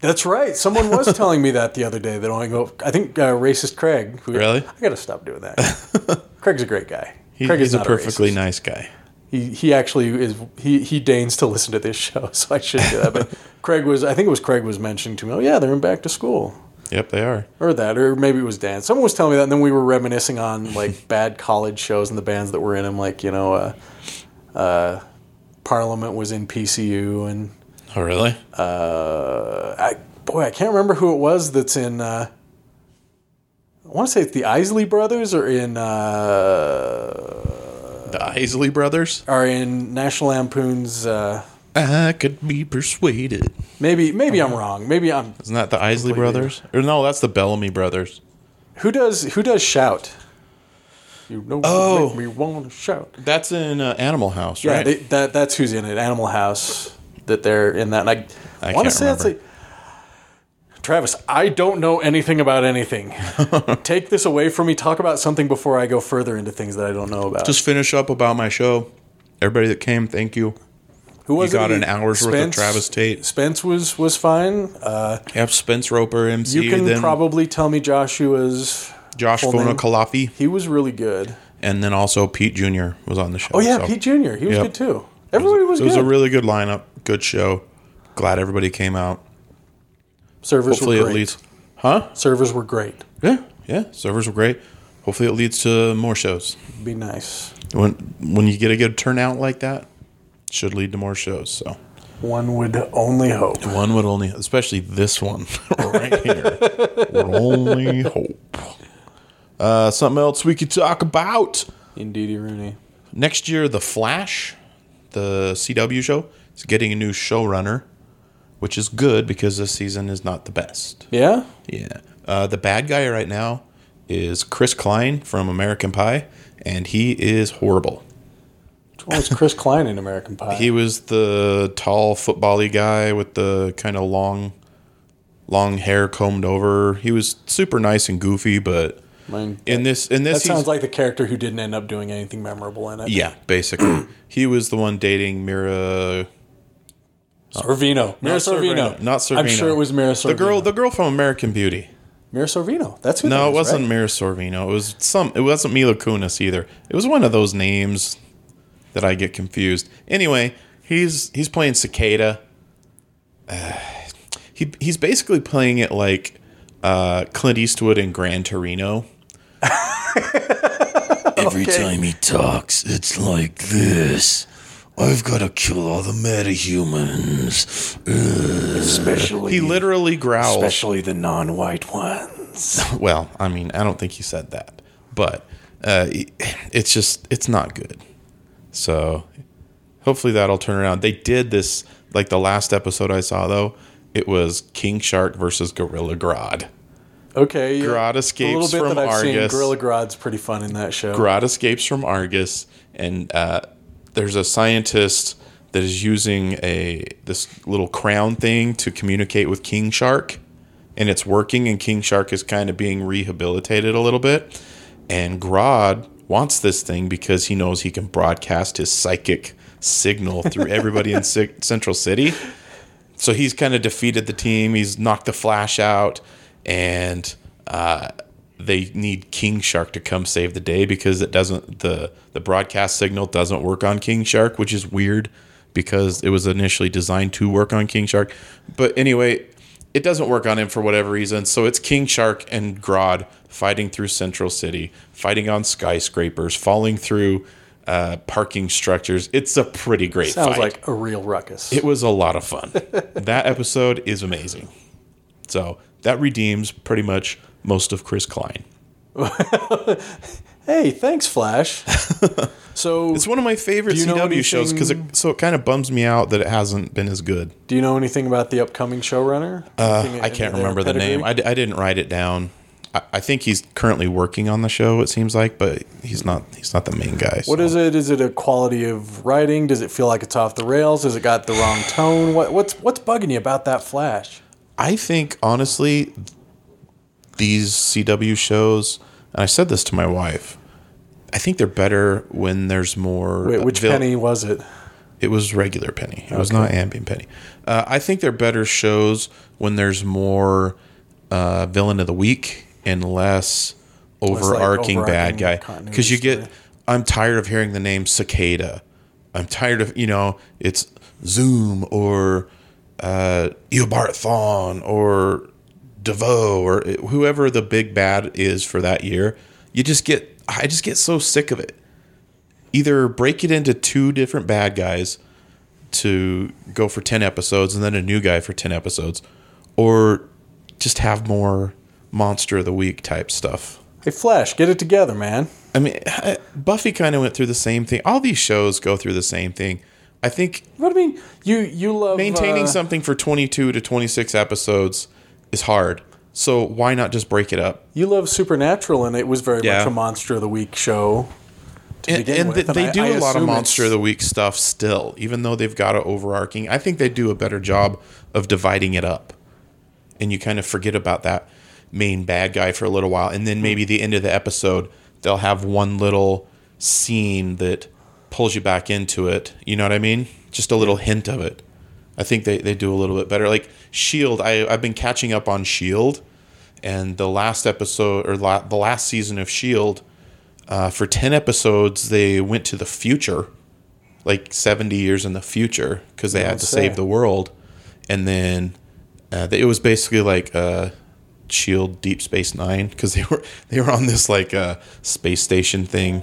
That's right. Someone was telling me that the other day. That only go. I think uh, racist Craig. Who, Really? I gotta stop doing that. Craig's a great guy. He- Craig he's is a not perfectly racist. nice guy. he he actually is he he deigns to listen to this show, so I should do that. But Craig was I think it was Craig was mentioning to me, oh yeah, they're in back to school. Yep, they are. Or that, or maybe it was Dan. Someone was telling me that, and then we were reminiscing on like bad college shows and the bands that were in them. Like you know, uh, uh, Parliament was in PCU, and Oh, really? uh, I, boy, I can't remember who it was that's in. Uh, I want to say it's the Isley Brothers, or in uh, the Isley Brothers. are in National Lampoon's. Uh, I could be persuaded. maybe maybe I'm wrong. Maybe I'm Isn't that the Isley Brothers? Or no, that's the Bellamy Brothers. Who does who does shout? You know, Oh. oh. make me want to shout. That's in uh, Animal House, Yeah, right? they, that that's who's in it. Animal House. That they're in that. And I, I want to can't say that's like remember. Travis. I don't know anything about anything. Take this away from me. Talk about something before I go further into things that I don't know about. Just finish up about my show. Everybody that came, thank you. who was you got it? an hour's worth of Travis Tate. Spence was was fine. Uh, Have Spence Roper MC. you can then probably tell me Joshua's. Josh full name. Fona Kalafi, He was really good. and then also Pete Jr. was on the show. Oh yeah, so. Pete Junior. He was Yep. good too. Everybody was, it was good. a really good lineup, good show. Glad everybody came out. Servers Hopefully were it great. leads, huh? Servers were great. Yeah, yeah. Servers were great. Hopefully it leads to more shows. Be nice. When when you get a good turnout like that, it should lead to more shows. So One would only hope. one would only, especially this one right here, would only hope. Uh, something else we could talk about Indeedy eh? Rooney. next year. The Flash, the CW show, is getting a new showrunner, which is good because this season is not the best. Yeah? Yeah. Uh, the bad guy right now is Chris Klein from American Pie, and he is horrible. Well, it's Chris Klein in American Pie. He was the tall football guy with the kind of long, long hair combed over. He was super nice and goofy, but I mean, in this, in this, that sounds he's- like the character who didn't end up doing anything memorable in it. yeah, basically, he was the one dating Mira. Sorvino. Mira Not Sorvino. not Sorvino. I'm sure it was Mira Sorvino. The girl, the girl from American Beauty. Mira Sorvino. That's who that No, it was, wasn't right? Mira Sorvino. It was some. It wasn't Mila Kunis either. It was one of those names that I get confused. Anyway, he's he's playing Cicada. Uh, he he's basically playing it like uh, Clint Eastwood in Gran Torino. Every time he talks, it's like this. I've got to kill all the metahumans. especially He literally growls. especially the non-white ones. Well, I mean, I don't think he said that, but uh, it's just it's not good. So hopefully that'll turn around. They did this like the last episode I saw though. It was King Shark versus Gorilla Grodd. Okay. yeah. Grodd escapes from Argus. Gorilla Grodd's pretty fun in that show. Grodd escapes from Argus, and uh, there's a scientist that is using a this little crown thing to communicate with King Shark, and it's working. And King Shark is kind of being rehabilitated a little bit, and Grodd wants this thing because he knows he can broadcast his psychic signal through everybody in C- Central City. So he's kind of defeated the team. He's knocked the Flash out, and uh, they need King Shark to come save the day because it doesn't the the broadcast signal doesn't work on King Shark, which is weird because it was initially designed to work on King Shark. But anyway, it doesn't work on him for whatever reason. So it's King Shark and Grodd fighting through Central City, fighting on skyscrapers, falling through uh, parking structures. It's a pretty great Sounds fight. like a real ruckus. It was a lot of fun. that episode is amazing. So that redeems pretty much most of Chris Klein. hey, thanks, Flash. so, It's one of my favorite Do you know CW shows because anything- it, so it kind of bums me out that it hasn't been as good. do you know anything about the upcoming showrunner? Anything Uh, I can't in their remember the pedigree? name. I, d- I didn't write it down. I, I think he's currently working on the show. It seems like, but he's not. He's not the main guy. What is it? Is it a quality of writing? Does it feel like it's off the rails? Has it got the wrong tone? What, what's what's bugging you about that Flash? I think honestly, these CW shows, and I said this to my wife. I think they're better when there's more. Wait, uh, which vil- penny was it? It was regular Penny. It was not Ambient Penny. Uh, I think they're better shows when there's more uh, villain of the week and less overarching overarching bad guy. continuity Because you get, story. I'm tired of hearing the name Cicada. I'm tired of, you know, it's Zoom or uh, Eobard Thawne or DeVoe or uh, whoever the big bad is for that year. You just get, I just get so sick of it either break it into two different bad guys to go for 10 episodes and then a new guy for 10 episodes or just have more monster of the week type stuff Hey, Flash, get it together, man. i mean buffy kind of went through the same thing all these shows go through the same thing i think What do you mean? You you love maintaining uh, something for 22 to 26 episodes is hard so why not just break it up You love Supernatural, and it was very Yeah. much a Monster of the Week show. To and, begin and with, th- they I- do I a lot of assume monster of it's- the week stuff still even though they've got an overarching i think they do a better job of dividing it up and you kind of forget about that main bad guy for a little while and Hmm. then maybe the end of the episode they'll have one little scene that pulls you back into it you know what i mean just a little hint of it i think they, they do a little bit better like shield I, i've been catching up on shield and the last episode or la- the last season of shield E uh, for 10 episodes they went to the future like 70 years in the future because they had to say. save the world and then uh, they, it was basically like uh, shield deep space nine because they were they were on this like uh, space station thing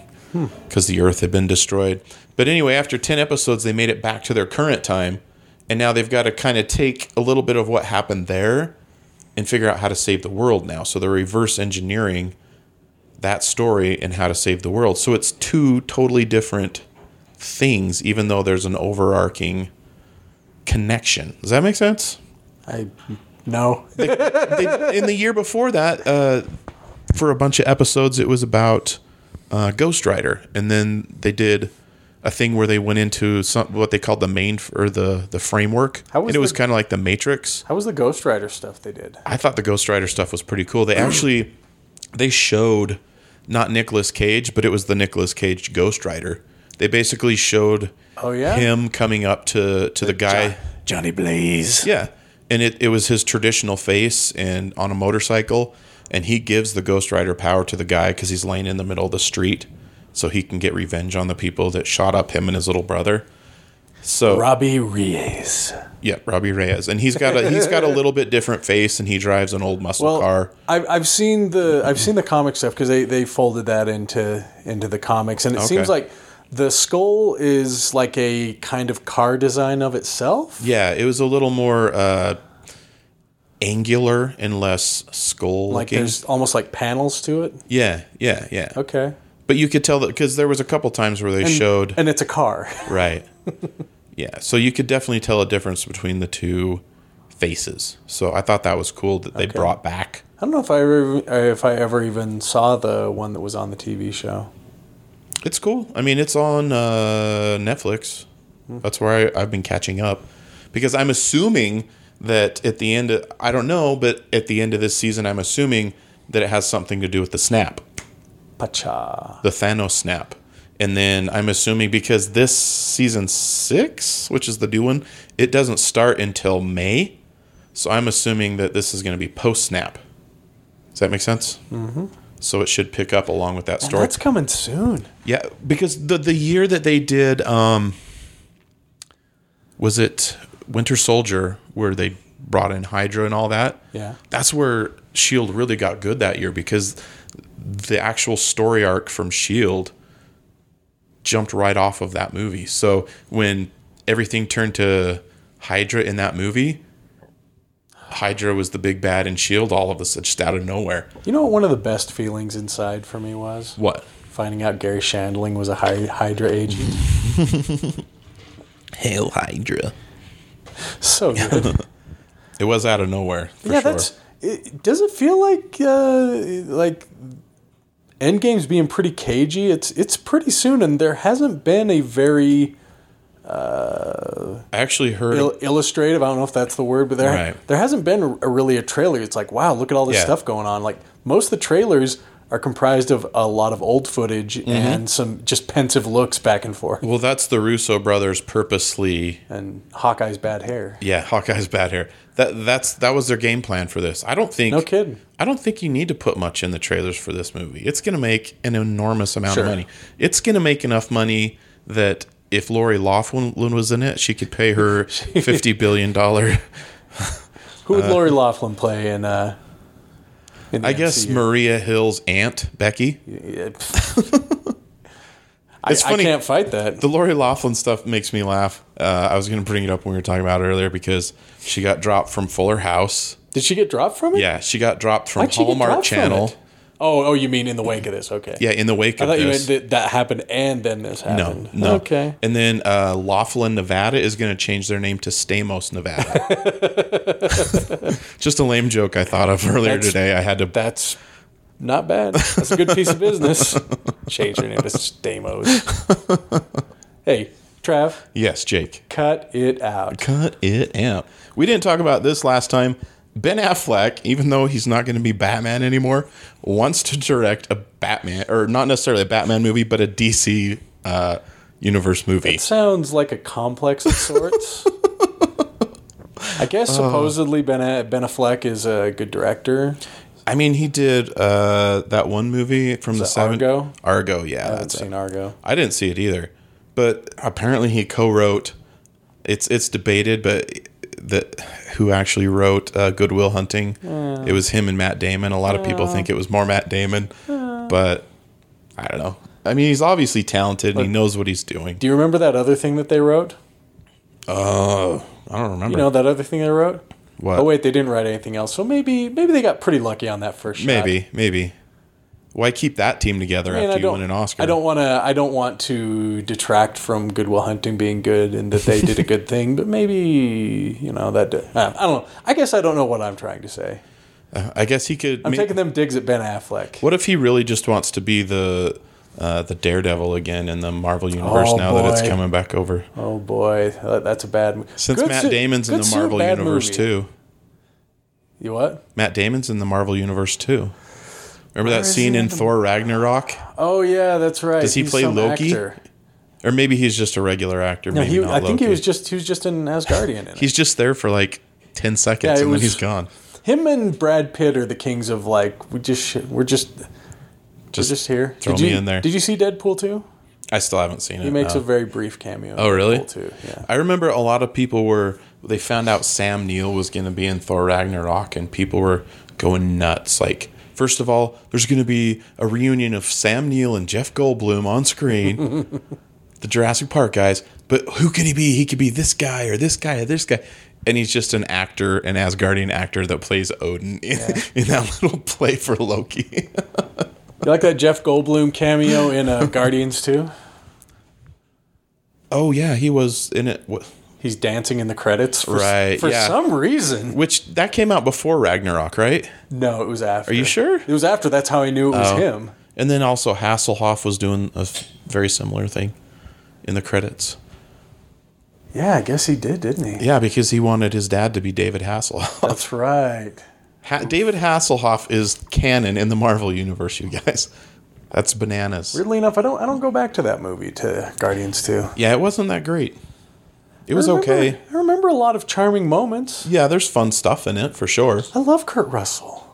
because the earth had been destroyed but anyway after 10 episodes they made it back to their current time and now they've got to kind of take a little bit of what happened there and figure out how to save the world now so they're reverse engineering that story and how to save the world. So it's two totally different things, even though there's an overarching connection. Does that make sense? I no. They, in the year before that, uh, for a bunch of episodes, it was about uh, Ghost Rider, and then they did a thing where they went into some, what they called the main or the the framework, How was and it was the- kind of like the Matrix. How was the Ghost Rider stuff they did? I thought the Ghost Rider stuff was pretty cool. They actually they showed not Nicolas Cage, but it was the Nicolas Cage Ghost Rider. They basically showed Oh, yeah? him coming up to to the guy. Johnny Blaze. Yeah. And it, it was his traditional face and on a motorcycle. And he gives the Ghost Rider power to the guy because he's laying in the middle of the street so he can get revenge on the people that shot up him and his little brother. So Robbie Reyes. yeah, Robbie Reyes, and he's got a he's got a little bit different face, and he drives an old muscle car. I've, I've seen the I've seen the comic stuff because they, they folded that into into the comics, and it seems like The skull is like a kind of car design of itself. Yeah, it was a little more uh, angular and less skull Like looking. there's almost like panels to it. Yeah, yeah, yeah. Okay. But you could tell that because there was a couple times where they showed And it's a car. right. yeah, so you could definitely tell a difference between the two faces. So I thought that was cool that they brought back. I don't know if I ever, if I ever even saw the one that was on the TV show. It's cool. I mean, it's on uh, Netflix. Hmm. That's where I, I've been catching up because I'm assuming that at the end, of, I don't know, but at the end of this season, I'm assuming that it has something to do with the snap, Pacha. the Thanos snap. And then I'm assuming because this season six, which is the new one, it doesn't start until May. So I'm assuming that this is going to be post snap. Does that make sense? Mm-hmm. So it should pick up along with that And story. That's coming soon. Yeah, because the the year that they did um was it Winter Soldier where they brought in Hydra and all that? Yeah. That's where Shield E really got good that year because the actual story arc from Shield E jumped right off of that movie. So when everything turned to Hydra in that movie, Hydra was the big bad and Shield E all of a sudden just out of nowhere. You know what one of the best feelings inside for me was? What? Finding out Gary Shandling was a Hy- Hydra agent. Hail Hydra. So good. It was out of nowhere. For yeah, sure. that's. It, does it feel like uh, like Endgame's being pretty cagey? It's it's pretty soon, and there hasn't been a very I actually heard il- illustrative. I don't know if that's the word, but there Right. there hasn't been a, really a trailer. It's like wow, look at all this Yeah. stuff going on. Like most of the trailers are comprised of a lot of old footage Mm-hmm. and some just pensive looks back and forth, Well, that's the Russo brothers purposely. and Hawkeye's bad hair. Yeah, Hawkeye's bad hair. That that's that was their game plan for this. I don't think. No kidding. I don't think you need to put much in the trailers for this movie. It's going to make an enormous amount Sure. of money. It's going to make enough money that if Lori Laughlin was in it, she could pay her fifty billion dollar. Who would Lori Laughlin play in? Uh, in the Uh, I guess MCU? Maria Hill's aunt Becky. Yeah, pff. I, It's funny. I can't fight that. The Lori Laughlin stuff makes me laugh. Uh, I was going to bring it up when we were talking about it earlier because she got dropped from Fuller House. Did she get dropped from it? Yeah, she got dropped from How'd she get Hallmark dropped from Channel. it? Oh, oh, you mean in the wake of this? Okay. Yeah, in the wake I of thought you meant this. that that happened and then this no, happened. no. Okay. And then uh, Laughlin, Nevada is going to change their name to Stamos, Nevada. Just a lame joke I thought of earlier That's- today. I had to. That's not bad. That's a good piece of business. Change your name to Stamos. hey, Trav, yes, Jake. cut it out. Cut it out. We didn't talk about this last time. Ben Affleck, even though he's not going to be Batman anymore, wants to direct a Batman, or not necessarily a Batman movie, but a DC uh, universe movie. Sounds like a complex of sorts. I Uh. guess supposedly Ben, A- ben Affleck is a good director. I mean, he did uh, that one movie from the that seven Argo? Oh, Argo, yeah, I haven't that's it. seen Argo. I didn't see it either, but apparently he co-wrote. It's it's debated, but that who actually wrote uh, Goodwill Hunting? It was him and Matt Damon. A lot of people think it was more Matt Damon, but I don't know. I mean, he's obviously talented. and He knows what he's doing. Do you remember that other thing that they wrote? I don't remember. You know that other thing they wrote? What? Oh wait, they didn't write anything else. So maybe maybe they got pretty lucky on that first shot. maybe, maybe. Why keep that team together I mean, I after you don't, win an Oscar? I don't want to. I don't want to detract from Goodwill Hunting being good and that they did a good thing. But maybe you know that. Uh, I don't know. I guess I don't know what I'm trying to say. I guess he could. I'm ma- taking them digs at Ben Affleck. What if he really just wants to be the uh, the Daredevil again in the Marvel universe Oh, now that it's boy. coming back over? Oh boy, that- that's a bad. mo- Since Good Matt si- Damon's in good the si- Marvel bad universe movie. too. You what? Matt Damon's in the Marvel universe too. Remember that scene in Thor Ragnarok? Oh yeah, that's right. Does he He's play some Loki? Actor. Or maybe he's just a regular actor. No, maybe he, not I think he Loki. was just he was just in Asgardian in it. He's just there for like ten seconds Yeah, it and was- then he's gone. Him and Brad Pitt are the kings of like we just sh- we're just Just, just here. throw Did me you- in there. Did you see Deadpool two? I still haven't seen it. He makes no. a very brief cameo. Oh, really? Too. Yeah. I remember a lot of people were they found out Sam Neill was going to be in Thor Ragnarok, and people were going nuts. Like, first of all, there's going to be a reunion of Sam Neill and Jeff Goldblum on screen. the Jurassic Park guys, but who could he be? He could be this guy or this guy or this guy. And he's just an actor, an Asgardian actor that plays Odin in, in that little play for Loki. You like that Jeff Goldblum cameo in uh, Guardians too? oh yeah, he was in it. Wh- He's dancing in the credits, for, s- Right, For yeah. some reason, Which that came out before Ragnarok, right? no, it was after. Are you sure? Oh. It was after. That's how I knew it was him. And then also Hasselhoff was doing a f- very similar thing in the credits. Yeah, I guess he did, didn't he? Yeah, because he wanted his dad to be David Hasselhoff. That's right. Ha- David Hasselhoff is canon in the Marvel universe, you guys. That's bananas. Weirdly enough, I don't. I don't go back to that movie to Guardians Two. Yeah, it wasn't that great. It was I remember- okay. I remember a lot of charming moments. Yeah, there's fun stuff in it for sure. Uh, I love Kurt Russell.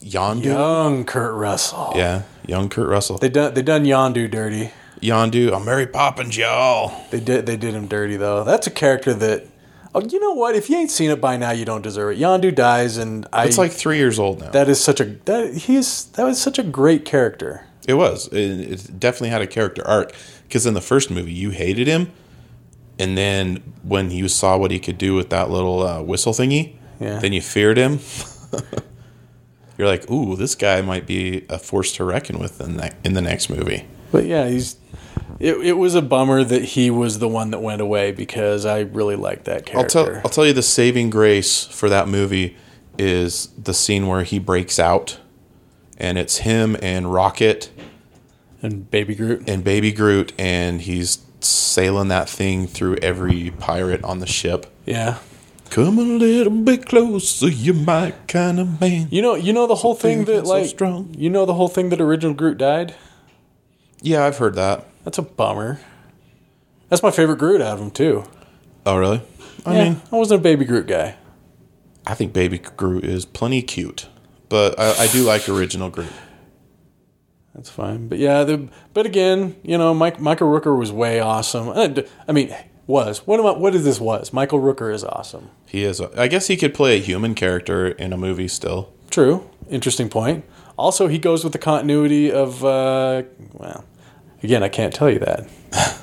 Yondu. Young Kurt Russell. Yeah, young Kurt Russell. They done they done Yondu dirty. Yondu. I'm Mary Poppins, y'all. They did they did him dirty though. That's a character that Oh, you know what? If you ain't seen it by now, you don't deserve it. Yondu dies and I It's like three years old now. that is such a that he's that was such a great character. It was. It, it definitely had a character arc because in the first movie you hated him, and then when you saw what he could do with that little uh, whistle thingy, Yeah. then you feared him. You're like, ooh, this guy might be a force to reckon with in that in the next movie. But yeah, he's it, it was a bummer that he was the one that went away because I really liked that I'll character. tell I'll tell you the saving grace for that movie is the scene where he breaks out, and it's him and Rocket and Baby Groot. and Baby Groot, and he's sailing that thing through every pirate on the ship. Yeah. Come a little bit closer, you're my kind of man. You know, you know the whole thing Something that so like strong. you know the whole thing that original Groot died? Yeah, I've heard that. That's a bummer. That's my favorite Groot out of them too. Oh, really? I yeah, mean, I wasn't a baby Groot guy. I think Baby Groot is plenty cute, but I, I do like original Groot. That's fine. But yeah, the but again, you know, Mike Michael Rooker was way awesome. I, d- I mean, was what am I, what is this was? Michael Rooker is awesome. He is. a- I guess he could play a human character in a movie still. True. Interesting point. Also, he goes with the continuity of uh, well, again, I can't tell you that.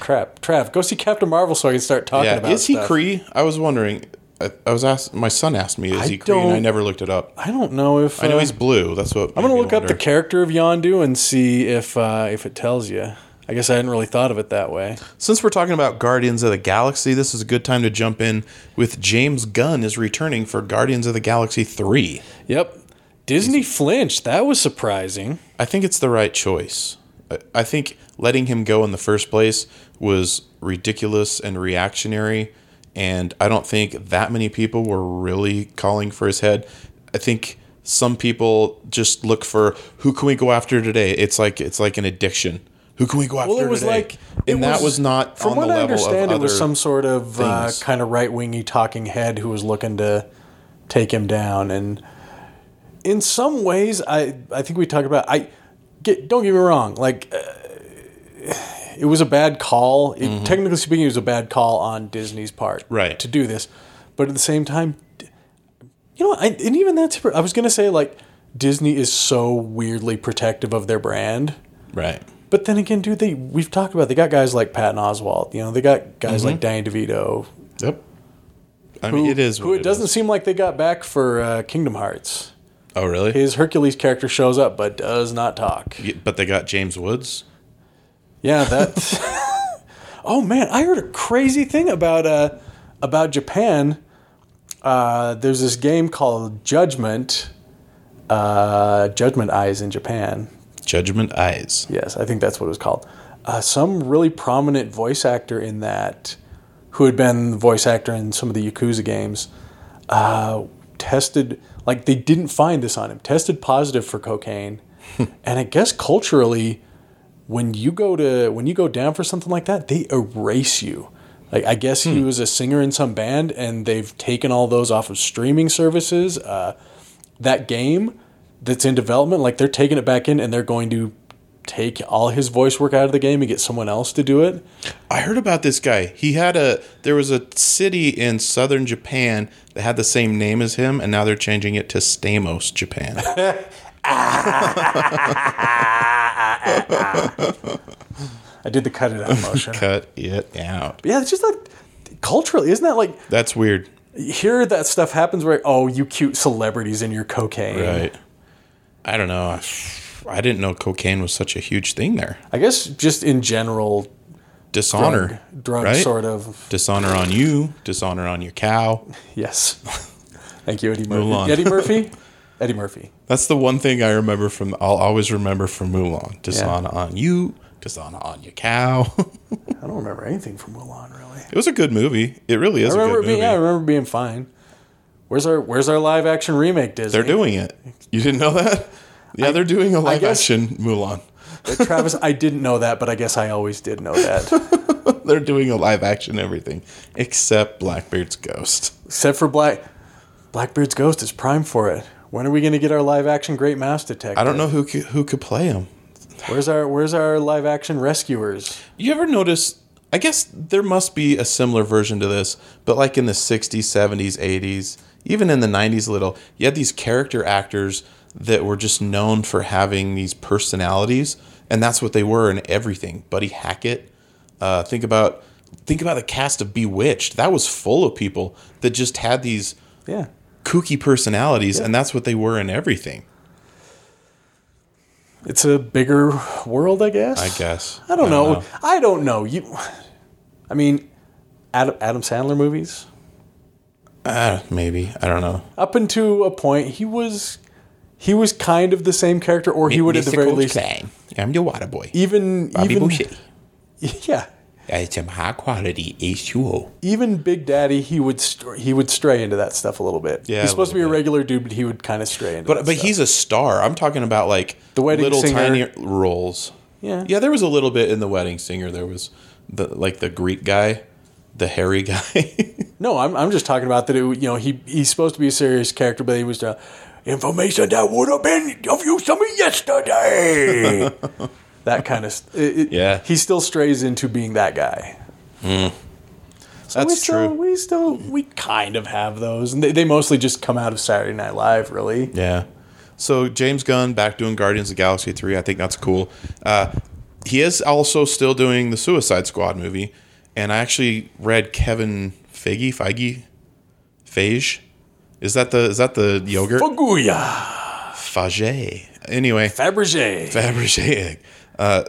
Crap, Trav, go see Captain Marvel so I can start talking Yeah, about. is he stuff. Cree? I was wondering. I, I was asked. My son asked me, "Is I he Cree?" And I don't- never looked it up. I don't know if I know uh, he's blue. That's what I'm gonna look up the character of Yondu and see if uh, if it tells you. I guess I hadn't really thought of it that way. Since we're talking about Guardians of the Galaxy, this is a good time to jump in with James Gunn is returning for Guardians of the Galaxy three. Yep. Disney flinched. That was surprising. I think it's the right choice. I- I think letting him go in the first place was ridiculous and reactionary, and I don't think that many people were really calling for his head. I think some people just look for who can we go after today. It's like it's like an addiction. Who can we go after Well, it was today? like, and it that was not From on what the I level understand, of it was other- some sort of uh, things. kind of right wingy talking head who was looking to take him down. And in some ways, I I think we talk about I get don't get me wrong, like. Uh, it was a bad call. It, Technically speaking, it was a bad call on Disney's part, Mm-hmm. Right. to do this. But at the same time, you know, I, and even that's I was gonna say like Disney is so weirdly protective of their brand. right. But then again, dude, they we've talked about they got guys like Patton Oswald. You know, they got guys like Danny DeVito, Yep. I mean, Mm-hmm. it is who what it doesn't is. seem like they got back for uh, Kingdom Hearts. Oh, really? His Hercules character shows up but does not talk. Yeah, but they got James Woods. Yeah, that. oh man, I heard a crazy thing about uh about Japan. Uh, there's this game called Judgment. Uh, Judgment Eyes in Japan. Judgment Eyes. Yes, I think that's what it was called. Uh, some really prominent voice actor in that, who had been the voice actor in some of the Yakuza games, uh, tested like they didn't find this on him. Tested positive for cocaine, and I guess culturally, when you go to when you go down for something like that, they erase you. Like I guess he was a singer in some band, and they've taken all those off of streaming services. Uh, that game that's in development, like they're taking it back in and they're going to take all his voice work out of the game and get someone else to do it. I heard about this guy. He had a there was a city in southern Japan that had the same name as him, and now they're changing it to Stamos, Japan. I did the cut it out motion. Cut it out. But yeah, it's just like culturally, isn't that like That's weird. here that stuff happens where oh you cute celebrities in your cocaine. Right. I don't know. I, I didn't know cocaine was such a huge thing there. I guess just in general, Dishonor. drug, drug right? sort of. Dishonor on you, dishonor on your cow. Yes. Thank you, Eddie on. Murphy. Eddie Murphy. Eddie Murphy. That's the one thing I remember from. I'll always remember from Mulan. Dishonor on you, dishonor on your cow. I don't remember anything from Mulan really. it was a good movie. It really is I a remember it good being movie. yeah, I remember it being fine. Where's our Where's our live action remake Disney? they're doing it. You didn't know that? Yeah, they're doing a live guess- action Mulan. But Uh, Travis, I didn't know that, but I guess I always did know that. They're doing a live action everything except Blackbeard's ghost. Except for Black Blackbeard's Ghost is prime for it. When are we going to get our live action Great Mouse Detective? I don't know who could, who could play him. Where's our Where's our live action Rescuers? You ever notice? I guess there must be a similar version to this, but like in the 60s, 70s, 80s, even in the 90s, a little, you had these character actors that were just known for having these personalities, and that's what they were in everything. Buddy Hackett. Uh, think about think about the cast of Bewitched. That was full of people that just had these Yeah. kooky personalities, and that's what they were in everything. It's a bigger world, I guess. I guess. I don't, know. I don't know. You, I mean, Adam, Adam Sandler movies Uh, maybe I don't know. up until a point he was he was kind of the same character, or he would at the very least I'm the water boy. even Bobby even Boucher. yeah It's some high quality H2O. even Big Daddy he would str he would stray into that stuff a little bit. Yeah, a he's supposed to be little a regular dude, but he would kind of stray into. But that but stuff. he's a star. I'm talking about like The Wedding little Singer. tiny roles. Yeah. Yeah, there was a little bit in the wedding singer. There was the like the Greek guy, the hairy guy. no, I'm I'm just talking about that. It, you know, he he's supposed to be a serious character, but he was. Uh, Information that would have been of use to me yesterday. that kind of st- it, it- Yeah. He still strays into being that guy. So uh, we That's still, true. We still we kind of have those, and they, they mostly just come out of Saturday Night Live, really. Yeah. So James Gunn back doing Guardians of the Galaxy three. I think that's cool. Uh, he is also still doing the Suicide Squad movie, and I actually read Kevin Feige. Feige, Feige, is that the is that the yogurt? Faguya, Fage. Anyway, Fabergé. Faberge egg. Uh,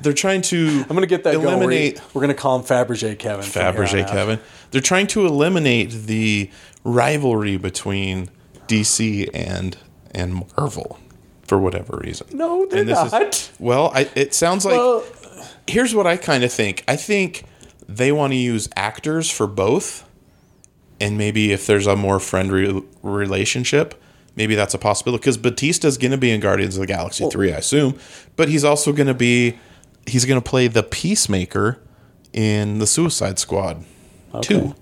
they're trying to. I'm gonna get that eliminate going. We're, we're gonna call him Fabergé Kevin. from here on Faberge out. Kevin. They're trying to eliminate the rivalry between DC and and Marvel for whatever reason. No, they're And this is- not. well, I, it sounds like Well- here's what I kind of think. I think they want to use actors for both, and maybe if there's a more friendly relationship, maybe that's a possibility. Because Batista's going to be in Guardians of the Galaxy three, I assume, but he's also going to be he's going to play the peacemaker in the Suicide Squad two,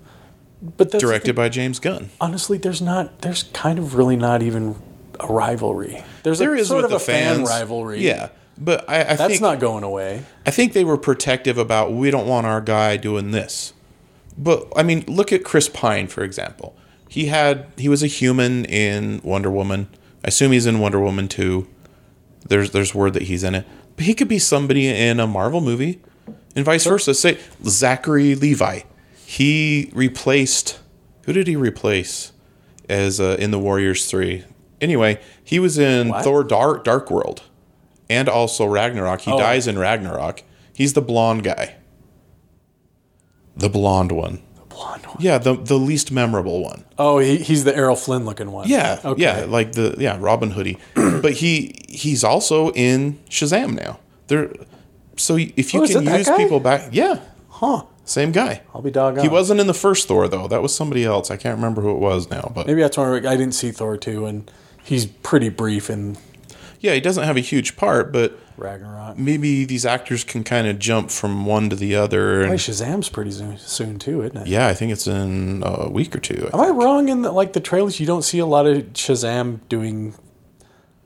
But that's the directed by James Gunn. honestly, there's not. There's kind of really not even a rivalry. There's There a, is sort with of the a fan fans. rivalry. yeah. But I, I that's think not going away. I think they were protective about we don't want our guy doing this. But I mean, look at Chris Pine for example. He had he was a human in Wonder Woman. I assume he's in Wonder Woman 2. There's there's word that he's in it. But he could be somebody in a Marvel movie and vice versa. Say Zachary Levi. He replaced who did he replace as uh, in the Warriors 3? Anyway, he was in Thor Dark Dark World and also Ragnarok. Oh. He dies in Ragnarok. He's the blonde guy. The blonde one. Blonde one. Yeah, the the least memorable one. Oh, he, he's the Errol Flynn looking one. Yeah. Okay. Yeah, like the yeah, Robin Hoodie. but he he's also in Shazam now. There so if you Oh, is can it that use guy? people back yeah. Huh. Same guy. I'll be doggone. He wasn't in the first Thor though. That was somebody else. I can't remember who it was now, but Maybe that's why I didn't see Thor two, and he's pretty brief in yeah, he doesn't have a huge part, but Ragnarok. maybe these actors can kind of jump from one to the other Hey, and Shazam's pretty soon, soon too, isn't it? yeah, I think it's in a week or two. Am I wrong in that like the trailers? You don't see a lot of Shazam doing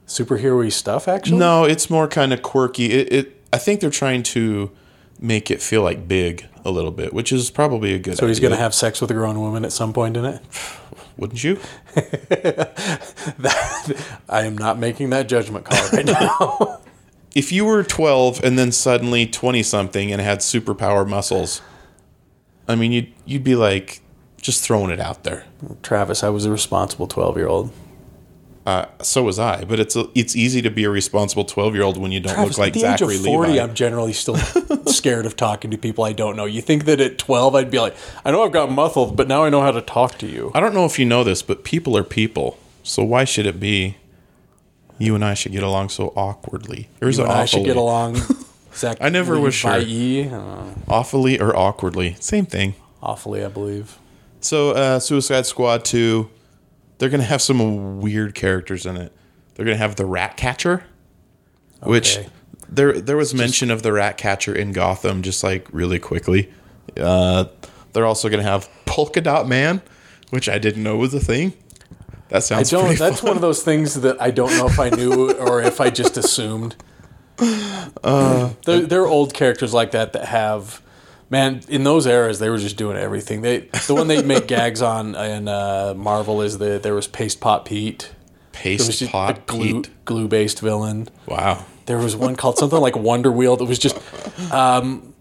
superhero stuff. Actually, No, it's more kind of quirky. It, it I think they're trying to make it feel like big a little bit, which is probably a good. So he's gonna have sex with a grown woman at some point in it. wouldn't you? I am not making that judgment call right now. if you were 12 and then suddenly 20 something and had superpower muscles, I mean, you'd, you'd be like just throwing it out there. Travis, I was a responsible 12 year old. Uh, so was I, but it's a, it's easy to be a responsible 12 year old when you don't Travis, look like at the Zachary age of 40, Levi. I'm generally still scared of talking to people I don't know. You think that at 12, I'd be like, I know I've got muffled, but now I know how to talk to you. I don't know if you know this, but people are people. So why should it be you and I should get along so awkwardly? There's You an and I should awfully. get along. Zach I never was sure. Levi, uh, Awfully or awkwardly, same thing. awfully, I believe. So uh, Suicide Squad 2, they're going to have some weird characters in it. They're going to have the rat catcher, which Okay. there there was mention of the rat catcher in Gotham just like really quickly. Uh, they're also going to have Polka Dot Man, which I didn't know was a thing. That I sounds don't. pretty That's fun. one of those things that I don't know if I knew or if I just assumed. Uh, there, there are old characters like that that have, man. In those eras, they were just doing everything. They the one they make gags on in uh, Marvel is that there was Paste Pot Pete. There was Paste just a Pot glue Pete. glue based villain. Wow. There was one called something like Wonder Wheel that was just. Um,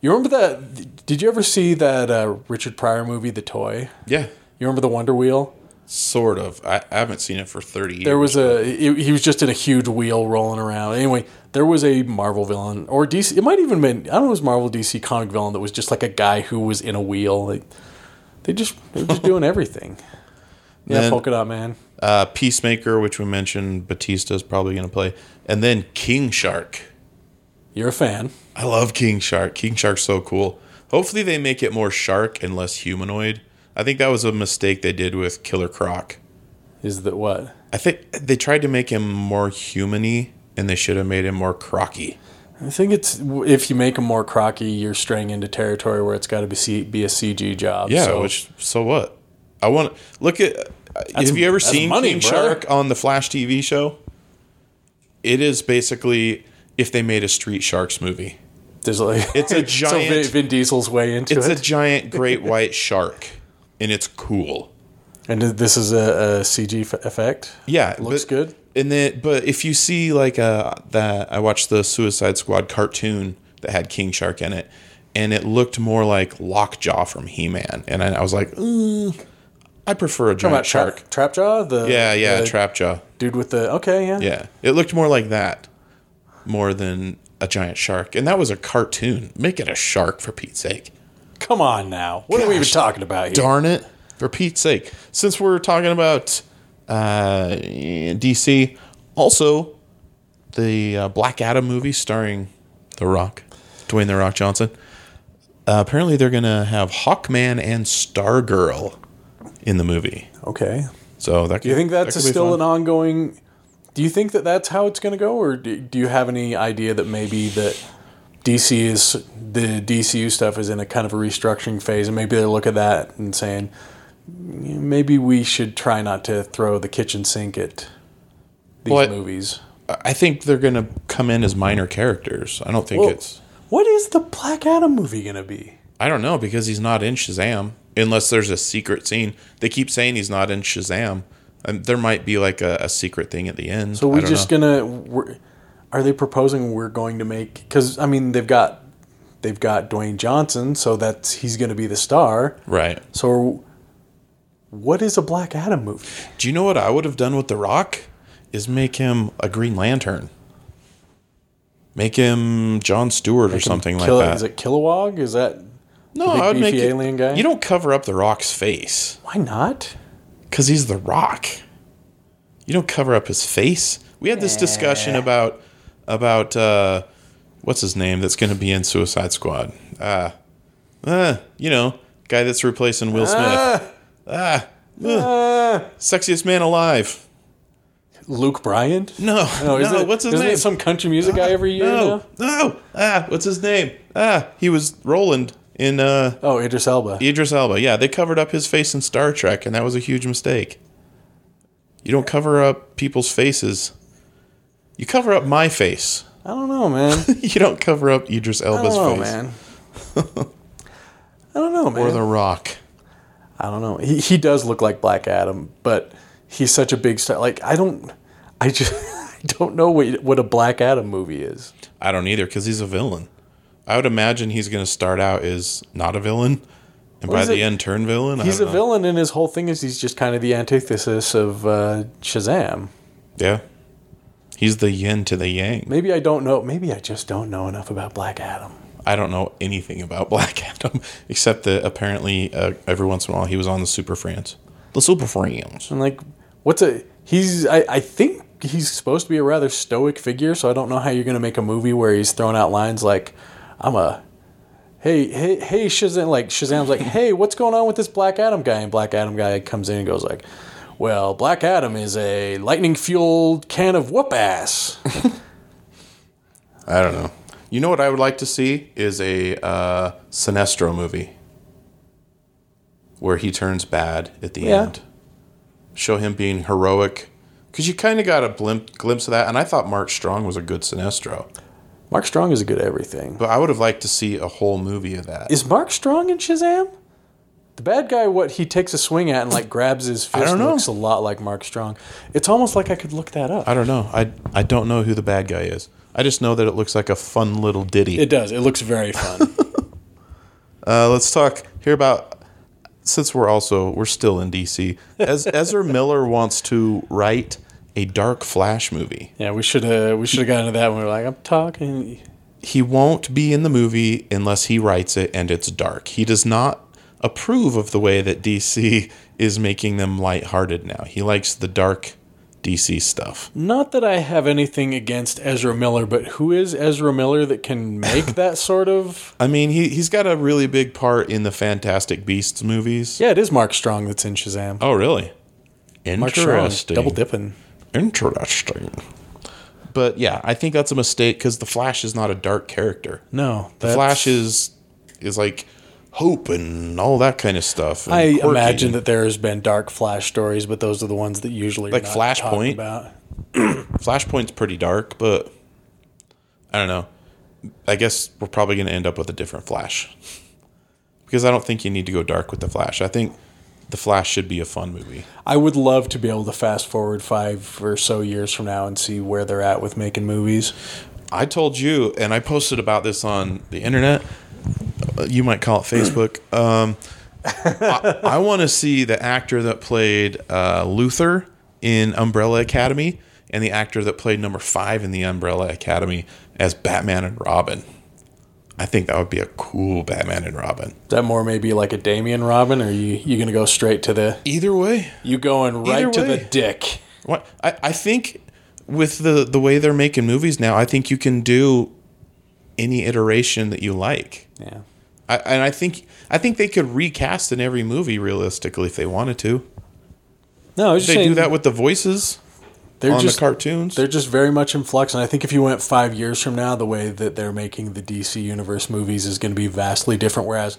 you remember that? Did you ever see that uh, Richard Pryor movie, The Toy? Yeah, You remember the Wonder Wheel? sort of. I, I haven't seen it for 30 years. There was a he, he was just in a huge wheel rolling around. Anyway, there was a Marvel villain or DC. It might even been I don't know. It was Marvel DC comic villain that was just like a guy who was in a wheel. Like, they just they were just doing everything. Yeah, Then- polka dot man. uh, Peacemaker, which we mentioned, Batista is probably going to play, and then King Shark. You're a fan. I love King Shark. King Shark's so cool. Hopefully, they make it more shark and less humanoid. I think that was a mistake they did with Killer Croc. Is that what? I think they tried to make him more humany, and they should have made him more crocky. I think it's if you make them more crocky, you're straying into territory where it's got to be C, be a CG job. Yeah, so- which so what? I want look at. have you ever that's seen money, King brother. Shark on the Flash TV show? It is basically if they made a Street Sharks movie. there's like It's a so Vin, giant. Vin Diesel's way into It's a it, giant great white shark, and it's cool. and this is a, a CG f- effect. Yeah, Looks good. And then, but if you see like uh that, I watched the Suicide Squad cartoon that had King Shark in it, and it looked more like Lockjaw from He Man, and I, I was like, "Mm, I prefer a Talking giant about shark. Trap, trap Jaw, the yeah, yeah, the Trapjaw. dude with the okay, yeah, Yeah, it looked more like that, more than a giant shark. And that was a cartoon. Make it a shark for Pete's sake. Come on now. What are we even Gosh, talking about here? Darn it. For Pete's sake. Since we're talking about uh, DC, also the uh, Black Adam movie starring The Rock, Dwayne The Rock Johnson. Uh, apparently, they're going to have Hawkman and Stargirl in the movie. Okay. So that Do you think that's still an an ongoing? Do you think that that's how it's going to go, or do, do you have any idea that maybe that DC is the DCU stuff is in a kind of a restructuring phase, and maybe they look at that and saying maybe we should try not to throw the kitchen sink at these Well, I- movies. I think they're going to come in as minor characters. I don't think Well, it's. what is the Black Adam movie going to be? I don't know because he's not in Shazam unless there's a secret scene. They keep saying he's not in Shazam. And there might be like a, a secret thing at the end. So I we don't just know. gonna we're, are they proposing we're going to make because I mean they've got they've got Dwayne Johnson, so that's he's gonna be the star. right. So what is a Black Adam movie? Do you know what I would have done with The Rock? Is make him a Green Lantern. Make him John Stewart or something like Kill- that. Is it Kilowog? Is that no, big I would make beefy it- alien guy? You don't cover up The Rock's face why not? because he's The Rock. You don't cover up his face. We had this discussion about about uh, what's his name that's going to be in Suicide Squad. Uh, uh, you know, guy that's replacing Will Smith. Ah, ugh. sexiest man alive. Uh, Luke Bryan? No, no, No, Oh, is it, what's his isn't name? it some country music guy every year? no, now? no. Ah, what's his name? Ah, he was Roland in uh, Oh, Idris Elba. Idris Elba. Yeah, they covered up his face in Star Trek, and that was a huge mistake. You don't cover up people's faces. You cover up my face. I don't know, man. You don't cover up Idris I Elba's don't know, face man. I don't know, man. or The Rock. I don't know. He he does look like Black Adam, but he's such a big star. Like I don't, I just I don't know what, what a Black Adam movie is. I don't either because he's a villain. I would imagine he's going to start out as not a villain, and by he's the a- end turn villain. I He's a don't know. villain, and his whole thing is he's just kind of the antithesis of uh, Shazam. Yeah, he's the yin to the yang. Maybe I don't know. Maybe I just don't know enough about Black Adam. I don't know anything about Black Adam except that apparently uh, every once in a while he was on the Super Friends. The Super Friends. And like, what's a he's? I, I think he's supposed to be a rather stoic figure, so I don't know how you're gonna make a movie where he's throwing out lines like, "I'm a." Hey, hey, hey, Shazam! Like Shazam's like, hey, what's going on with this Black Adam guy? And Black Adam guy comes in and goes like, well, Black Adam is a lightning fueled can of whoop ass. I don't know. You know what I would like to see is a uh, Sinestro movie where he turns bad at the Yeah. end. Show him being heroic. Because you kind of got a blimp, glimpse of that, and I thought Mark Strong was a good Sinestro, Mark Strong is a good at everything. but I would have liked to see a whole movie of that. Is Mark Strong in Shazam? The bad guy, what he takes a swing at and like grabs his fist, don't know. looks a lot like Mark Strong. It's almost like I could look that up. I don't know. I I don't know who the bad guy is. I just know that it looks like a fun little ditty. It does. It looks very fun. Uh, let's talk here about since we're also we're still in DC. As Ezra Miller wants to write a Dark Flash movie. yeah, we should have we should have gotten to that when we were like, I'm talking. He won't be in the movie unless he writes it and it's dark. He does not approve of the way that DC is making them lighthearted now. He likes the dark DC stuff. Not that I have anything against Ezra Miller, but who is Ezra Miller that can make that sort of? I mean, he he's got a really big part in the Fantastic Beasts movies. Yeah, it is Mark Strong that's in Shazam. Oh, really? Mark Strong, Interesting. double dipping. Interesting. But yeah, I think that's a mistake because the Flash is not a dark character. No, The Flash is is like hope and all that kind of stuff. and I quirky. imagine that there has been dark Flash stories, but those are the ones that usually are Like not talked Flashpoint? About. Flashpoint's pretty dark, but I don't know. I guess we're probably going to end up with a different Flash because I don't think you need to go dark with the Flash. I think the Flash should be a fun movie. I would love to be able to fast forward five or so years from now and see where they're at with making movies. I told you, and I posted about this on the internet. Uh, You might call it Facebook. Um, I, I want to see the actor that played uh, Luther in Umbrella Academy and the actor that played number five in the Umbrella Academy as Batman and Robin. I think that would be a cool Batman and Robin. That more maybe like a Damien Robin, or you you gonna go straight to the Either way, you going right Either to the way. dick? What I, I think with the the way they're making movies now, I think you can do any iteration that you like. Yeah, I, and I think I think they could recast in every movie realistically if they wanted to. no, I was They just saying, do that with the voices They're on just the cartoons. they're just very much in flux, and I think if you went five years from now, the way that they're making the DC universe movies is going to be vastly different. Whereas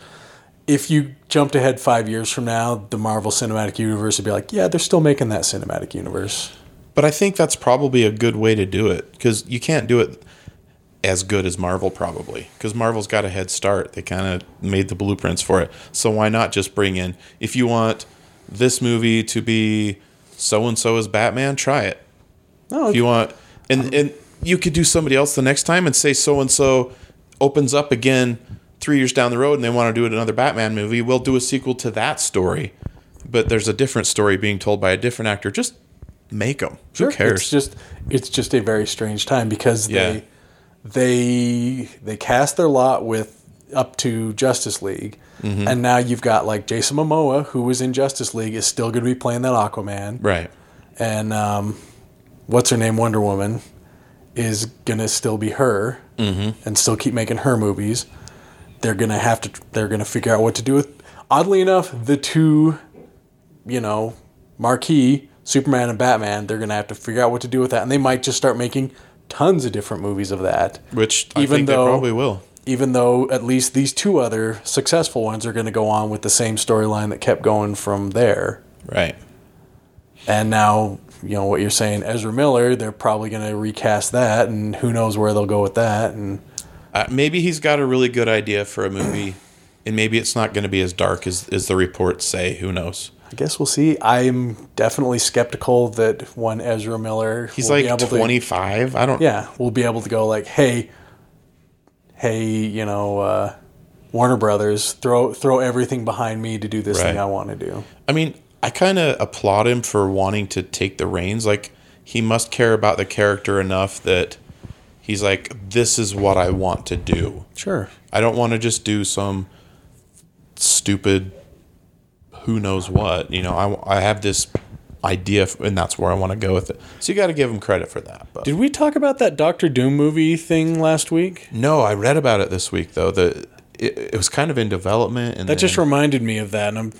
if you jumped ahead five years from now, the Marvel Cinematic Universe would be like, yeah, they're still making that cinematic universe. But I think that's probably a good way to do it because you can't do it as good as Marvel probably because Marvel's got a head start. They kind of made the blueprints for it. So why not just bring in if you want this movie to be so and so as Batman, try it. No, If you want, and and you could do somebody else the next time and say so and so opens up again three years down the road and they want to do it another Batman movie. We'll do a sequel to that story, but there's a different story being told by a different actor. Just make them. Who cares? It's just it's just a very strange time because Yeah. they they they cast their lot with up to Justice League, Mm-hmm. and now you've got like Jason Momoa, who was in Justice League, is still going to be playing that Aquaman, right. and um, what's her name, Wonder Woman, is going to still be her, and still keep making her movies. They're going to have to they're going to figure out what to do with. Oddly enough, the two you know, marquee Superman and Batman, they're going to have to figure out what to do with that. And they might just start making tons of different movies of that. Which I Even think though- they probably will. Even though at least these two other successful ones are going to go on with the same storyline that kept going from there. Right. And now, you know, what you're saying, Ezra Miller, they're probably going to recast that. And who knows where they'll go with that. And Uh, maybe he's got a really good idea for a movie, and maybe it's not going to be as dark as, as the reports say. Who knows? I guess we'll see. I'm definitely skeptical that one Ezra Miller. He's will be like able to- 25. I don't. yeah, we'll be able to go like, hey, hey, you know, uh, Warner Brothers, throw throw everything behind me to do this thing Right. I want to do. I mean, I kind of applaud him for wanting to take the reins. Like, he must care about the character enough that he's like, this is what I want to do. Sure. I don't want to just do some stupid who knows what. You know, I, I have this idea f- and that's where I want to go with it. So you got to give him credit for that. But Did we talk about that Doctor Doom movie thing last week? no, I read about it this week though. The it, it was kind of in development and That just then- reminded me of that, and I'm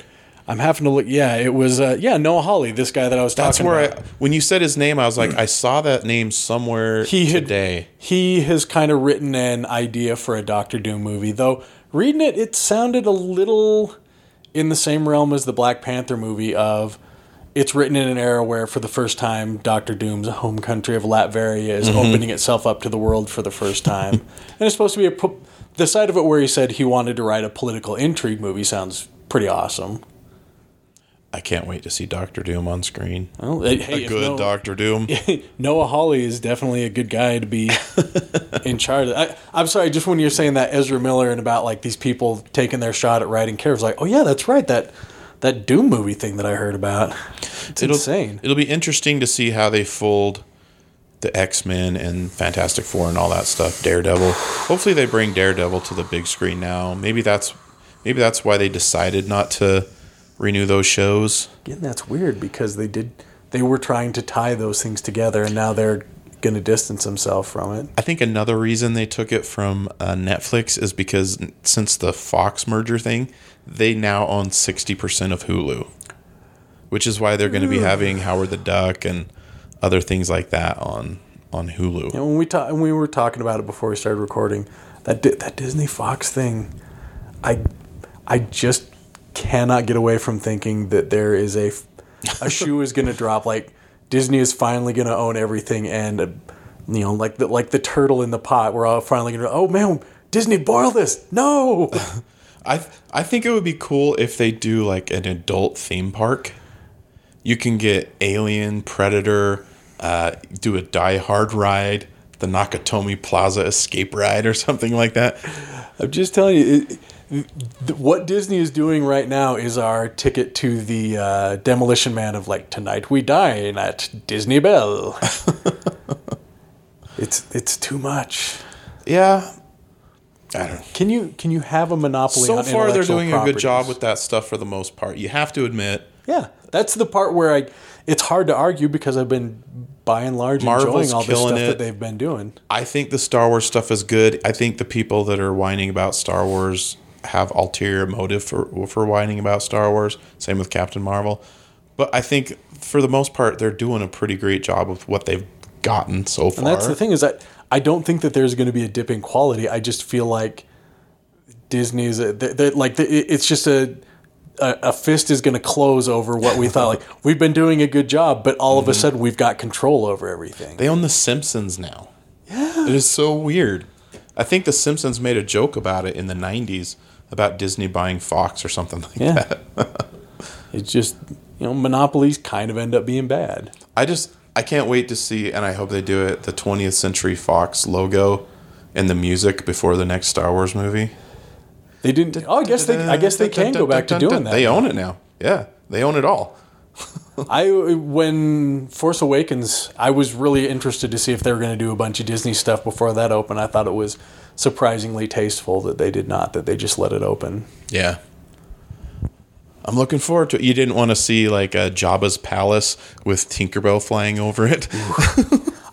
I'm having to look. Yeah, it was. Uh, yeah, Noah Hawley, this guy that I was that's talking where about. I when you said his name I was like I saw that name somewhere he had, today. He has kind of written an idea for a Doctor Doom movie, though. Reading it, it sounded a little in the same realm as the Black Panther movie. Of it's written in an era where, for the first time, Doctor Doom's home country of Latveria is Mm-hmm. opening itself up to the world for the first time, and it's supposed to be a po- the side of it where he said he wanted to write a political intrigue movie sounds pretty awesome. I can't wait to see Doctor Doom on screen. Well, hey, a if good no- Doctor Doom. Noah Hawley is definitely a good guy to be in charge. Of. I, I'm sorry, just when you're saying that Ezra Miller and about like these people taking their shot at writing characters, like, oh yeah, that's right, that that Doom movie thing that I heard about. It's insane. It'll be interesting to see how they fold the X Men and Fantastic Four and all that stuff. Daredevil. Hopefully, they bring Daredevil to the big screen now. Maybe that's maybe that's why they decided not to renew those shows. Again, that's weird because they did they were trying to tie those things together, and now they're going to distance themselves from it. I think another reason they took it from uh, Netflix is because since the Fox merger thing, they now own sixty percent of Hulu, which is why they're going to be having Howard the Duck and other things like that on on Hulu. And when we ta- when we were talking about it before we started recording, that di- that Disney Fox thing, I I just cannot get away from thinking that there is a f- a shoe is going to drop. Like Disney is finally going to own everything, and uh, you know, like the like the turtle in the pot, we're all finally going to. Oh man, Disney, boil this! No, I th- I think it would be cool if they do like an adult theme park. You can get Alien, Predator, uh, do a Die Hard ride, the Nakatomi Plaza escape ride, or something like that. I'm just telling you. It, th- what Disney is doing right now is our ticket to the uh, Demolition Man of like tonight we dine at Disney Bell. it's it's too much. Yeah, I don't. know. Can you can you have a monopoly? So on far, they're intellectual doing a good job properties? with that stuff for the most part. You have to admit, Yeah, that's the part where I. It's hard to argue because I've been by and large Marvel's enjoying all this killing stuff that it. they've been doing. I think the Star Wars stuff is good. I think the people that are whining about Star Wars have ulterior motive for for whining about Star Wars. Same with Captain Marvel. But I think for the most part, they're doing a pretty great job with what they've gotten so far. And that's the thing is that I don't think that there's going to be a dip in quality. I just feel like Disney is a, they like the, it- it's just a, a a fist is going to close over what we thought. Like we've been doing a good job, but all of a sudden we've got control over everything. They own The Simpsons now. Yeah. It is so weird. I think The Simpsons made a joke about it in the 90s about Disney buying Fox or something like Yeah. that. It's just you know monopolies kind of end up being bad. I just I can't wait to see, and I hope they do it. The 20th Century Fox logo and the music before the next Star Wars movie. They didn't. Oh, I guess they. I guess they can go back to doing that. They own it now. Yeah, they own it all. I when Force Awakens, I was really interested to see if they were going to do a bunch of Disney stuff before that opened. I thought it was surprisingly tasteful that they did not. That they just let it open. Yeah. I'm looking forward to it. You didn't want to see like a Jabba's palace with Tinkerbell flying over it.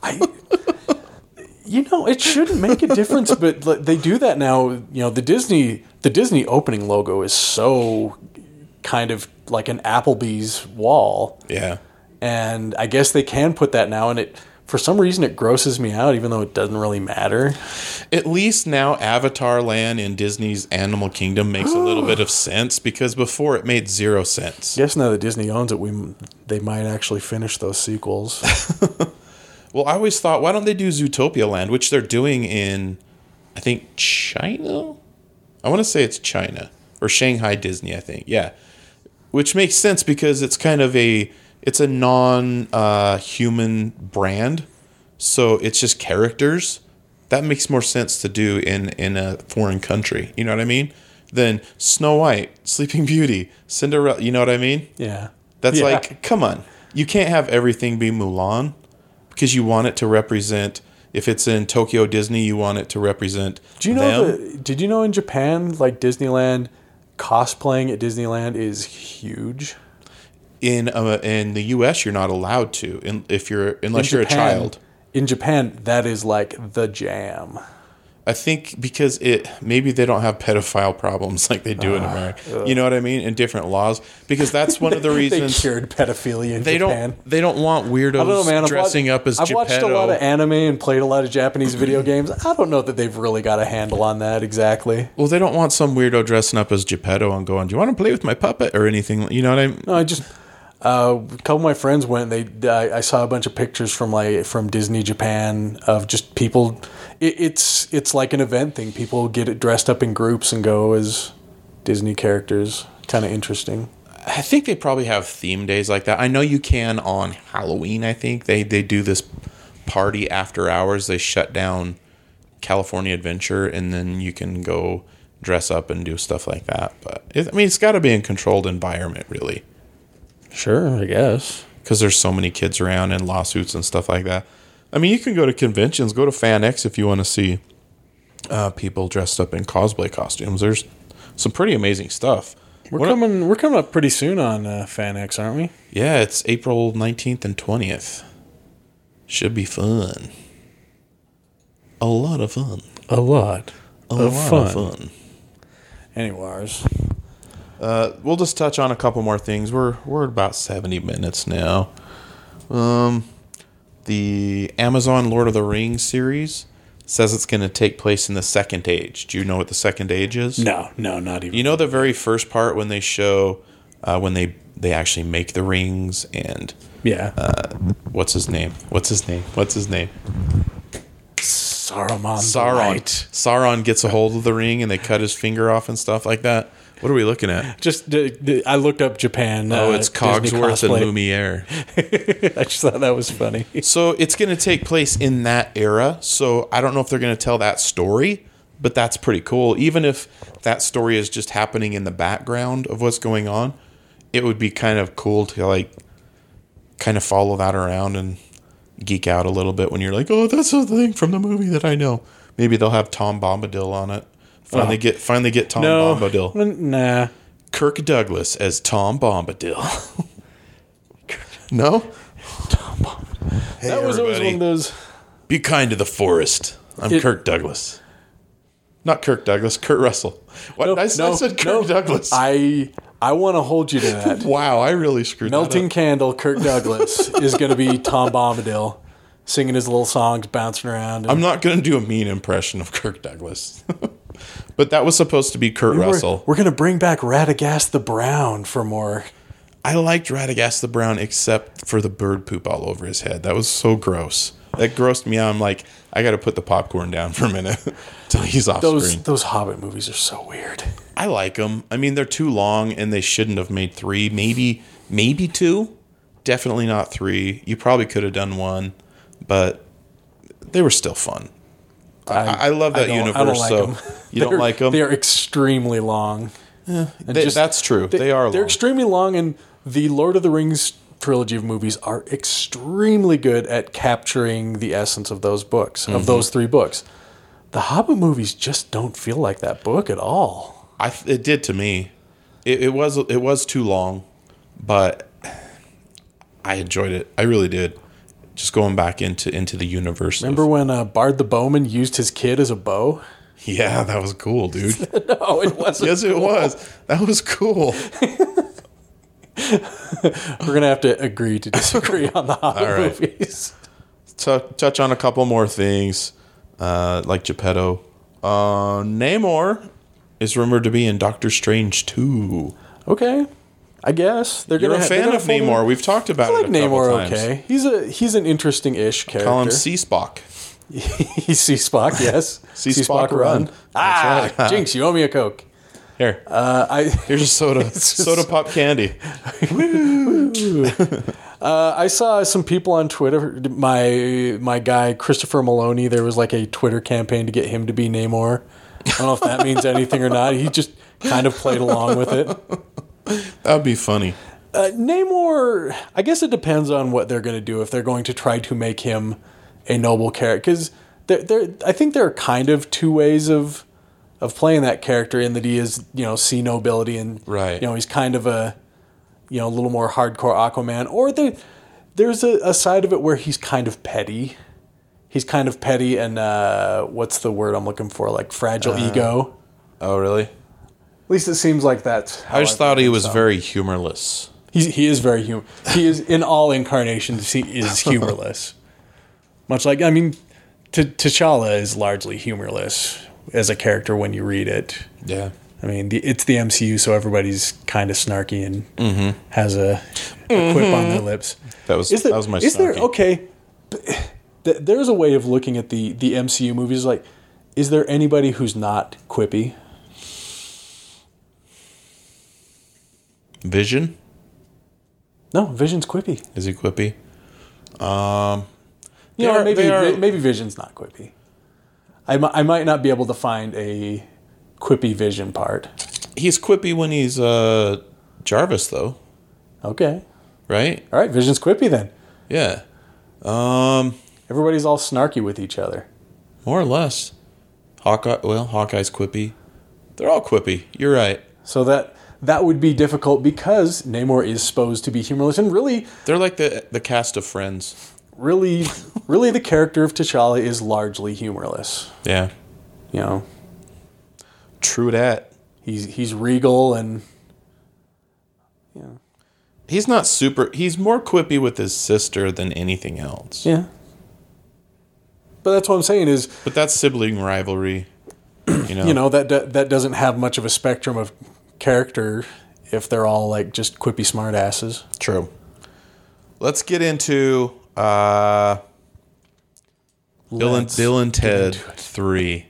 I, you know, it shouldn't make a difference, but like, they do that now. You know, the Disney the Disney opening logo is so kind of like an Applebee's wall. yeah. and I guess they can put that now. And it, for some reason, it grosses me out, even though it doesn't really matter. At least now Avatar Land in Disney's Animal Kingdom makes a little bit of sense because before it made zero sense. Guess now that Disney owns it, we m- they might actually finish those sequels. Well, I always thought, why don't they do Zootopia Land, which they're doing in, I think China. I want to say it's China or Shanghai Disney. I think, yeah. which makes sense because it's kind of a it's a non uh, human brand, so it's just characters. That makes more sense to do in in a foreign country. You know what I mean? Than Snow White, Sleeping Beauty, Cinderella. You know what I mean? Yeah. That's Yeah. like, come on. You can't have everything be Mulan because you want it to represent. If it's in Tokyo Disney, you want it to represent. Do you know? them. The, did you know in Japan, like Disneyland, cosplaying at Disneyland is huge. in uh, in the U.S. you're not allowed to, in, if you're In unless you're Japan- a child. In Japan, that is like the jam. I think because it maybe they don't have pedophile problems like they do Ah, in America. You know what I mean? In different laws, because that's one of the They reasons they, cured pedophilia in Japan. don't they don't want weirdos I don't know, man. I've dressing watched, up as I've watched Geppetto. a lot of anime and played a lot of Japanese video games. I don't know that they've really got a handle on that exactly. well, they don't want some weirdo dressing up as Geppetto and going, "Do you want to play with my puppet?" or anything. You know what I mean? No, I just uh, a couple of my friends went. And they I, I saw a bunch of pictures from like from Disney Japan of just people. It, it's it's like an event thing. People get it dressed up in groups and go as Disney characters. Kind of interesting. I think they probably have theme days like that. I know you can on Halloween. I think they they do this party after hours. They shut down California Adventure, and then you can go dress up and do stuff like that. But it, I mean, it's got to be in controlled environment, really, Sure, I guess. because there's so many kids around and lawsuits and stuff like that. I mean, you can go to conventions, go to FanX if you want to see uh, people dressed up in cosplay costumes. There's some pretty amazing stuff. We're What- coming. We're coming up pretty soon on uh, FanX, aren't we? Yeah, it's April 19th and 20th. Should be fun. A lot of fun. A lot. A Of lot of fun. fun. Anyways, Uh, we'll just touch on a couple more things. We're we're about 70 minutes now. Um the Amazon Lord of the Rings series says it's going to take place in the second age. Do you know what the second age is? no, no, not even. You know the very first part when they show uh, when they they actually make the rings and yeah, Uh, what's his name? What's his name? What's his name? Saruman. the Sauron. White. Sauron gets a hold of the ring and they cut his finger off and stuff like that. What are we looking at? Just the, the, I looked up Japan. Oh, uh, it's Disney Cogsworth cosplay. and Lumiere. I just thought that was funny. So it's going to take place in that era. So I don't know if they're going to tell that story, but that's pretty cool. Even if that story is just happening in the background of what's going on, it would be kind of cool to like kind of follow that around and geek out a little bit when you're like, oh, that's a thing from the movie that I know. Maybe they'll have Tom Bombadil on it. Finally get finally get Tom Oh. No, Bombadil. n- nah. Kirk Douglas as Tom Bombadil. no? Hey, That was always one everybody. of those. Be kind to the forest. I'm It- Kirk Douglas. Not Kirk Douglas, Kurt Russell. What did I, s- I said Kirk Douglas. I I want to hold you to that. wow, I really screwed Melting that Candle, Kirk Douglas is going to be Tom Bombadil, singing his little songs, bouncing around. up. I'm not going to do a mean impression of Kirk Douglas. but that was supposed to be Kurt Russell. We're, going to bring back Radagast the Brown for more. I liked Radagast the Brown except for the bird poop all over his head. That was so gross. That grossed me out. I'm like, I got to put the popcorn down for a minute till he's off Those screen. those Hobbit movies are so weird. I like them. I mean, they're too long and they shouldn't have made three. Maybe, maybe two. Definitely not three. You probably could have done one, but they were still fun. I, I love that don't- I universe. don't like so 'em. you don't They're- like them. They are extremely long. just- that's true. They, are. They're Long. extremely long, and the Lord of the Rings trilogy of movies are extremely good at capturing the essence of those books, Mm-hmm. of those three books. The Hobbit movies just don't feel like that book at all. I it did to me. It, it was it was too long, but I enjoyed it. I really did. Just going back into into the universe. of- Remember when uh, Bard the Bowman used his kid as a bow? yeah, that was cool, dude. No, it wasn't. yes, it was. That was cool. We're gonna have to agree to disagree on the Hobbit All right. movies. Tou touch on a couple more things, uh, like Geppetto. Uh, Namor is rumored to be in Doctor Strange two. Okay, I guess they're You're gonna. a ha- they're fan gonna of fold in- Namor. We've talked about I like it a Namor, Namor. couple times. Okay, he's a he's an interesting-ish character. Call him C Spock. He's C Spock, yes. See Spock run. Ah, Jinx, you owe me a Coke. Here, Uh, I here's a soda, just- soda pop candy. uh, I saw some people on Twitter. My my guy Christopher Maloney. There was like a Twitter campaign to get him to be Namor. I don't know if that means anything or not. He just kind of played along with it. That'd be funny. Uh, Namor, I guess it depends on what they're going to do if they're going to try to make him a noble character. Because there, there, I think there are kind of two ways of of playing that character in that he is, you know, see nobility and Right. you know he's kind of a you know a little more hardcore Aquaman, or there, there's a, a side of it where he's kind of petty. He's kind of petty and uh, what's the word I'm looking for? Like fragile Uh-huh. ego. Oh, really? At least it seems like that's. how I just I've thought read he it, was so. very humorless. He's, he is very humor. He is in all incarnations. He is humorless. Much like I mean, T- T'Challa is largely humorless as a character when you read it. Yeah. I mean, the, it's the MCU, so everybody's kind of snarky and has a, a quip on their lips. That was Mm-hmm. Is there, that was my is there snarky. okay? but- th- There's a way of looking at the the MCU movies. Like, is there anybody who's not quippy? Vision? No, Vision's quippy. Is he quippy? You They know, are- maybe they are- vi- maybe Vision's not quippy. I, mi- I might not be able to find a quippy Vision part. He's quippy when he's uh Jarvis though, Okay, right? all right, Vision's quippy then. Yeah. Um Everybody's all snarky with each other. more or less. Hawkeye well, Hawkeye's quippy. They're all quippy. You're right. So that that would be difficult because Namor is supposed to be humorless and really, They're like the the cast of friends. really, really, the character of T'Challa is largely humorless. Yeah. You know, True that. he's he's regal and He's not super he's more quippy with his sister than anything else. yeah. But that's what I'm saying is But that's sibling rivalry. You know. you know that do- that doesn't have much of a spectrum of character if they're all like just quippy smartasses. True. Let's get into uh Bill and, Let's Bill and Ted 3.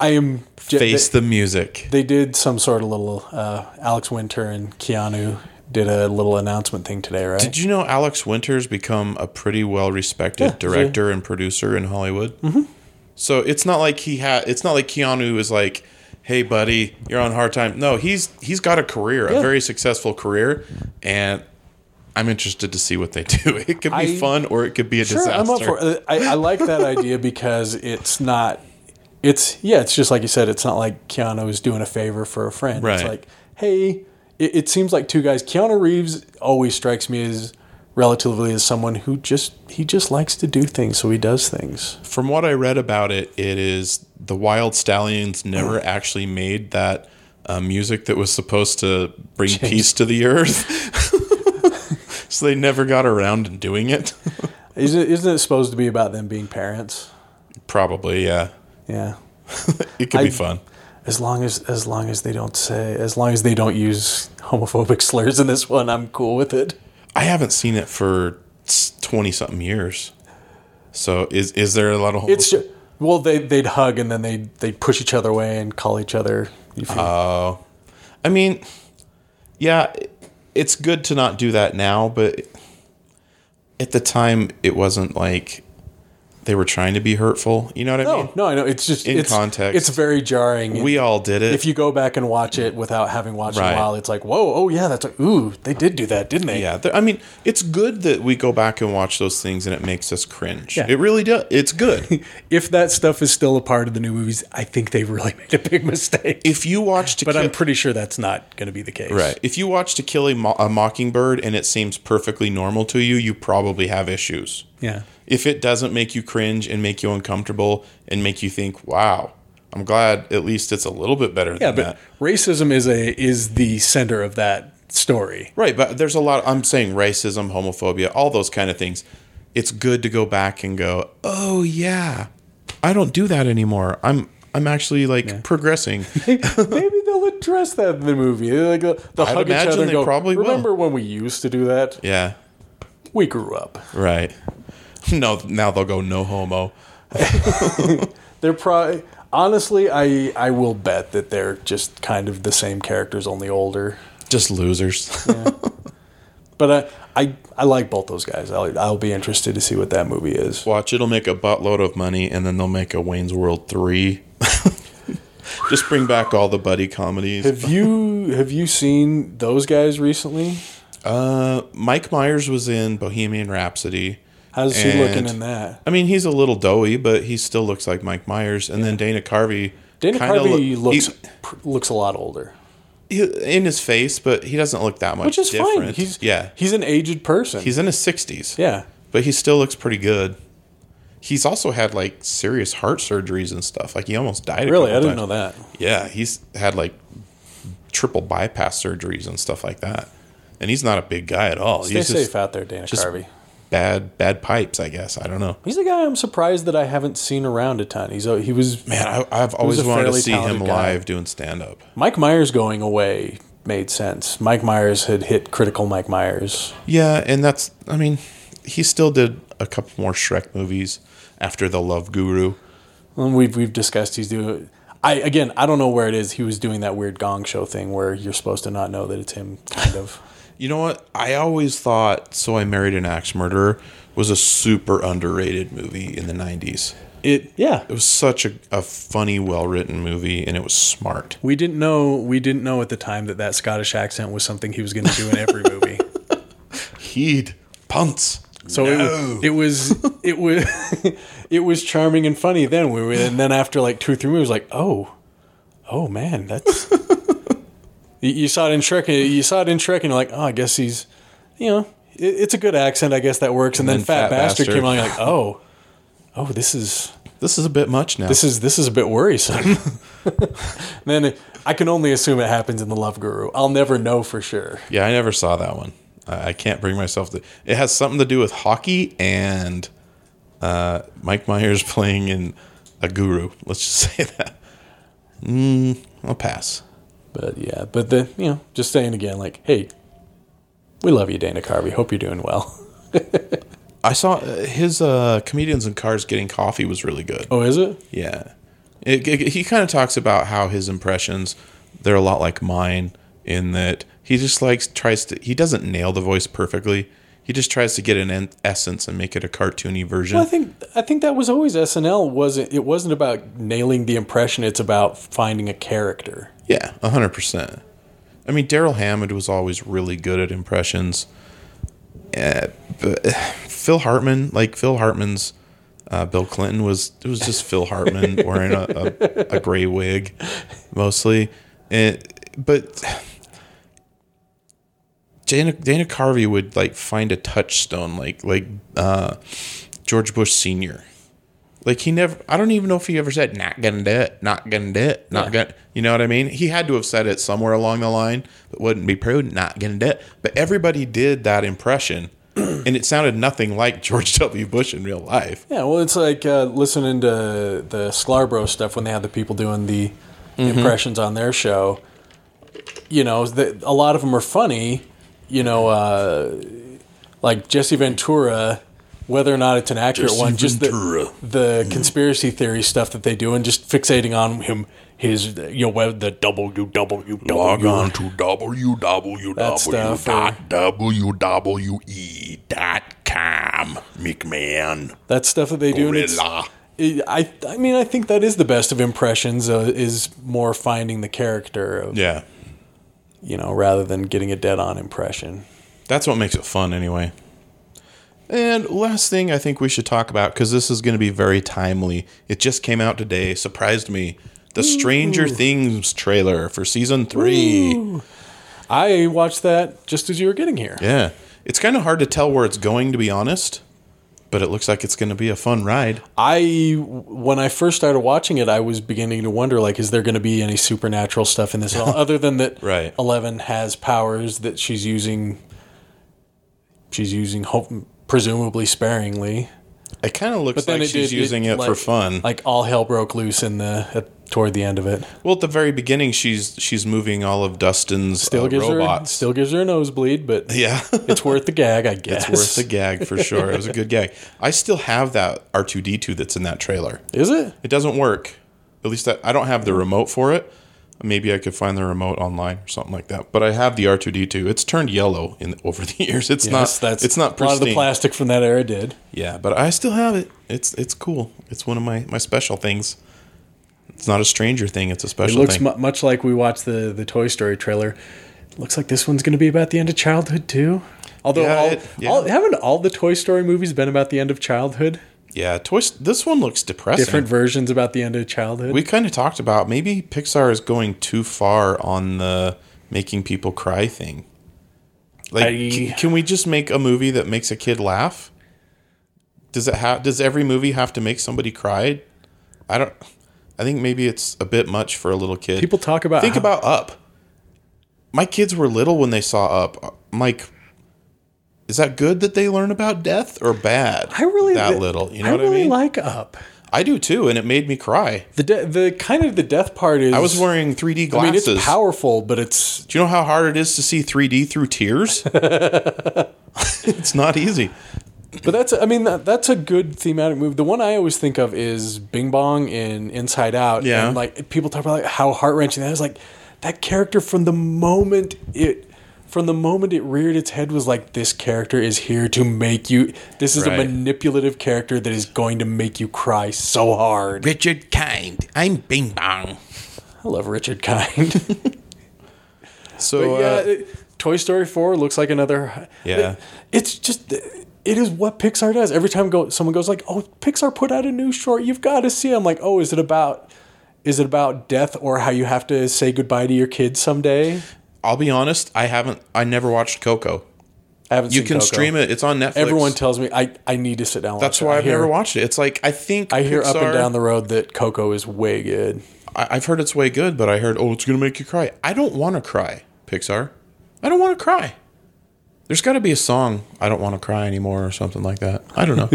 I am j- Face They, the music. they did some sort of little uh, Alex Winter and Keanu did a little announcement thing today, right? Did you know Alex Winter's become a pretty well respected Yeah, he's a- director and producer in Hollywood? Mm-hmm. So it's not like he had. It's not like Keanu is like, "Hey, buddy, you're on hard time." No, he's he's got a career, Yeah. a very successful career, and I'm interested to see what they do. It could be I- fun or it could be a sure, disaster. I'm up for. It. I, I like that idea because it's not. It's yeah, it's just like you said. It's not like Keanu is doing a favor for a friend. It's Right. like, hey, it, it seems like two guys. Keanu Reeves always strikes me as relatively as someone who just he just likes to do things, so he does things. From what I read about it, it is the Wild Stallions never Oh. actually made that uh, music that was supposed to bring peace to the earth. so they never got around to doing it. Isn't it, isn't it supposed to be about them being parents? Probably, yeah. Yeah. It could I- be fun. As long as as long as they don't say as long as they don't use homophobic slurs in this one, I'm cool with it. I haven't seen it for twenty something years. So is is there a lot of It's ju- well, they they'd hug and then they would they'd push each other away and call each other. You feel- Uh, I mean, yeah, it- it's good to not do that now, but at the time, it wasn't like they were trying to be hurtful. You know what I mean? no, no, I know. It's just In it's, context. It's very jarring. We all did it. if you go back and watch it without having watched it Right. in a while, it's like whoa, oh yeah, that's a, ooh, they did do that, didn't they? yeah, there- I mean, it's good that we go back and watch those things, and it makes us cringe. Yeah. It really does. It's good. If that stuff is still a part of the new movies, I think they really made a big mistake. if you watch to but kill, I'm pretty sure that's not going to be the case. right, if you watch to kill a, Mo- a mockingbird and it seems perfectly normal to you, you probably have issues. Yeah. if it doesn't make you cringe and make you uncomfortable and make you think, wow, I'm glad at least it's a little bit better Yeah, than but that. racism is a is the center of that story. Right, but there's a lot I'm saying racism, homophobia, all those kind of things. It's good to go back and go, "Oh yeah. I don't do that anymore. I'm I'm actually like progressing." Maybe they'll address that in the movie. They'll, like, they'll I'd hug each imagine other and they go, probably will. "Remember when we used to do that? yeah. We grew up." Right. No, now they'll go no homo. They're probably. Honestly, I I will bet that they're just kind of the same characters, only older. Just losers. But I I, I like both those guys. I'll, I'll be interested to see what that movie is. Watch, it'll make a buttload of money, and then they'll make a Wayne's World three. Just bring back all the buddy comedies. Have you have you seen those guys recently? Uh, Mike Myers was in Bohemian Rhapsody. How's he looking And- in that? I mean, he's a little doughy, but he still looks like Mike Myers. And then Dana Carvey. Dana kinda Carvey loo- looks pr looks a lot older, he- he- in his face, but he doesn't look that much which is different. fine. He's yeah, he's an aged person. he's in his sixties. yeah. but he still looks pretty good. He's also had like serious heart surgeries and stuff. Like he almost died. A Really, couple I didn't times. know that. Yeah, he's had like triple bypass surgeries and stuff like that. And he's not a big guy at all. Stay he's safe out there, Dana just- Carvey. bad, bad pipes. I guess I don't know. He's a guy I'm surprised that I haven't seen around a ton. He's a, he was Man, I, I've always a wanted to fairly see him talented guy. live doing stand up. Mike Myers going away made sense. Mike Myers had hit critical Mike Myers. Yeah, and that's I mean, he still did a couple more Shrek movies after the Love Guru. And we've we've discussed he's doing I again I don't know where it is. He was doing that weird gong show thing where you're supposed to not know that it's him kind of. You know what? I always thought So I Married an Axe Murderer was a super underrated movie in the 90s. It yeah. It was such a, a funny, well written movie, and it was smart. We didn't know we didn't know at the time that that Scottish accent was something he was going to do in every movie. Heed punts. So it, was it was it was it was charming and funny then. We were, and then after like two or three movies, like oh, oh man, that's you, you saw it in Shrek. and You saw it in Shrek, and you're like, oh, I guess he's you know it, it's a good accent. I guess that works. And, then, then Fat, Fat Bastard, Bastard. came on, you're like oh, oh this is This is a bit much now. this is this is a bit worrisome. then it- I can only assume it happens in the Love Guru. I'll never know for sure. yeah, I never saw that one. I, I can't bring myself to. It has something to do with hockey and uh, Mike Myers playing in a guru. Let's just say that. Mm, I'll pass. But yeah, but then you know, just saying again, like, hey, we love you, Dana Carvey. Hope you're doing well. I saw uh, his uh, comedians in cars getting coffee was really good. Oh, is it? Yeah. It, it- he kind of talks about how his impressions, they're a lot like mine in that he just likes, tries to, he doesn't nail the voice perfectly. He just tries to get an en- essence and make it a cartoony version. Well, I think I think that was always SNL. wasn't It wasn't about nailing the impression. It's about finding a character. yeah, 100%. I mean, Daryl Hammond was always really good at impressions. Uh, but Phil Hartman, like Phil Hartman's uh, Bill Clinton was, it was just Phil Hartman wearing a, a, a gray wig mostly. And, but Dana, Dana Carvey would like find a touchstone, like like uh, George Bush Senior. Like he never, I don't even know if he ever said "not gonna do it," "not gonna do it," "not gonna." You know what I mean? He had to have said it somewhere along the line, but wouldn't be prudent, "not gonna do it." But everybody did that impression, and it sounded nothing like George W. Bush in real life. Yeah. Well, it's like uh, listening to the Scarbro stuff when they had the people doing the impressions on their show. You know, the, a lot of them are funny. You know, uh, like Jesse Ventura. Whether or not it's an accurate one, just the, the conspiracy theory stuff that they do and just fixating on him his you know web- the www Log on to E www.wwe.com. McMahon. that stuff that they do and it's, Gorilla. it, I I mean I think that is the best of impressions uh, is more finding the character of Yeah, you know rather than getting a dead on impression That's what makes it fun, anyway. And last thing I think we should talk about, because this is going to be very timely. It just came out today, surprised me. The Stranger Things trailer for season three. I watched that just as you were getting here Yeah. It's kind of hard to tell where it's going, to be honest, but it looks like it's going to be a fun ride. I when I first started watching it I was beginning to wonder like is there going to be any supernatural stuff in this at all other than that Right. Eleven has powers that she's using she's using hope presumably sparingly It kind of looks then like it she's did- it, using it, for like- fun. like all hell broke loose in the at, toward the end of it well, at the very beginning, she's she's moving all of Dustin's still uh, gives her robots. still gives her a nosebleed but yeah. it's worth the gag I guess It's worth the gag for sure. It was a good gag. I still have that R2D2 that's in that trailer. is it It doesn't work. At least I, I don't have the remote for it. Maybe I could find the remote online or something like that. But I have the R two D two. It's turned yellow in over the years. It's Yes, not. that's it's not a lot of the pristine. plastic from that era did. Yeah, but I still have it. It's it's cool. It's one of my my special things. It's not a stranger thing. It's a It special looks thing. mu- much like we watched the the Toy Story trailer. Looks like this one's going to be about the end of childhood too. Although Yeah, all, it- yeah. all- haven't all the Toy Story movies been about the end of childhood? yeah, toys. This one looks depressing. Different versions about the end of childhood. We kind of talked about maybe Pixar is going too far on the making people cry thing. Like, I- c- can we just make a movie that makes a kid laugh? Does it have? Does every movie have to make somebody cry? I don't. I think maybe it's a bit much for a little kid. People talk about think how- about Up. My kids were little when they saw Up. I'm like, is that good that they learn about death or bad? I really that li- little. You know I what really I mean? like Up. I do too, and it made me cry. The de- the kind of the death part is I was wearing 3D I mean, glasses. it's powerful, but it's Do you know how hard it is to see 3D through tears? it's not easy. but that's I mean that, that's a good thematic move. The one I always think of is Bing Bong in Inside Out. Yeah. and like people talk about like, how heart wrenching that is. Like that character from the moment it from the moment it reared its head was like this character is here to make you. This is Right. a manipulative character that is going to make you cry so hard. Richard Kind. I'm Bing Bong. I love Richard Kind. So yeah, uh, it- Toy Story Four looks like another. Yeah. it's just it is what Pixar does. Every time go, someone goes like, "Oh, Pixar put out a new short. You've got to see." it." I'm like, "Oh, is it about?" Is it about death or how you have to say goodbye to your kids someday? I'll be honest. I haven't. I never watched Coco. I haven't. You seen can Coco. stream it. It's on Netflix. Everyone tells me I, I need to sit down. and That's watch it. why I I've hear- never watched it. It's like I think I hear up and Pixar- down the road that Coco is way good. I, I've heard it's way good, but I heard oh, it's gonna make you cry. I don't want to cry, Pixar. I don't want to cry. There's got to be a song I don't want to cry anymore or something like that. I don't know.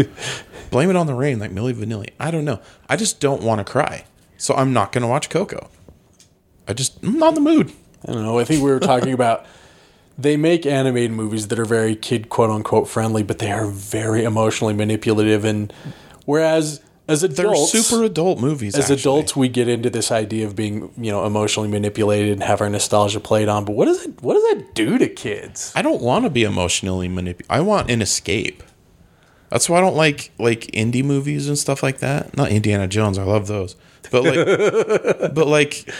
Blame it on the rain, like Millie Vanilli. I don't know. I just don't want to cry, so I'm not gonna watch Coco. I just I'm not in the mood. I don't know. I think we were talking about they make animated movies that are very kid quote unquote friendly, but they are very emotionally manipulative. And whereas as They're adults, super adult movies. as actually. adults, we get into this idea of being you know emotionally manipulated and have our nostalgia played on. But what does it what does that do to kids? I don't want to be emotionally manipulated. I want an escape. That's why I don't like like indie movies and stuff like that. Not Indiana Jones. I love those, but like, but like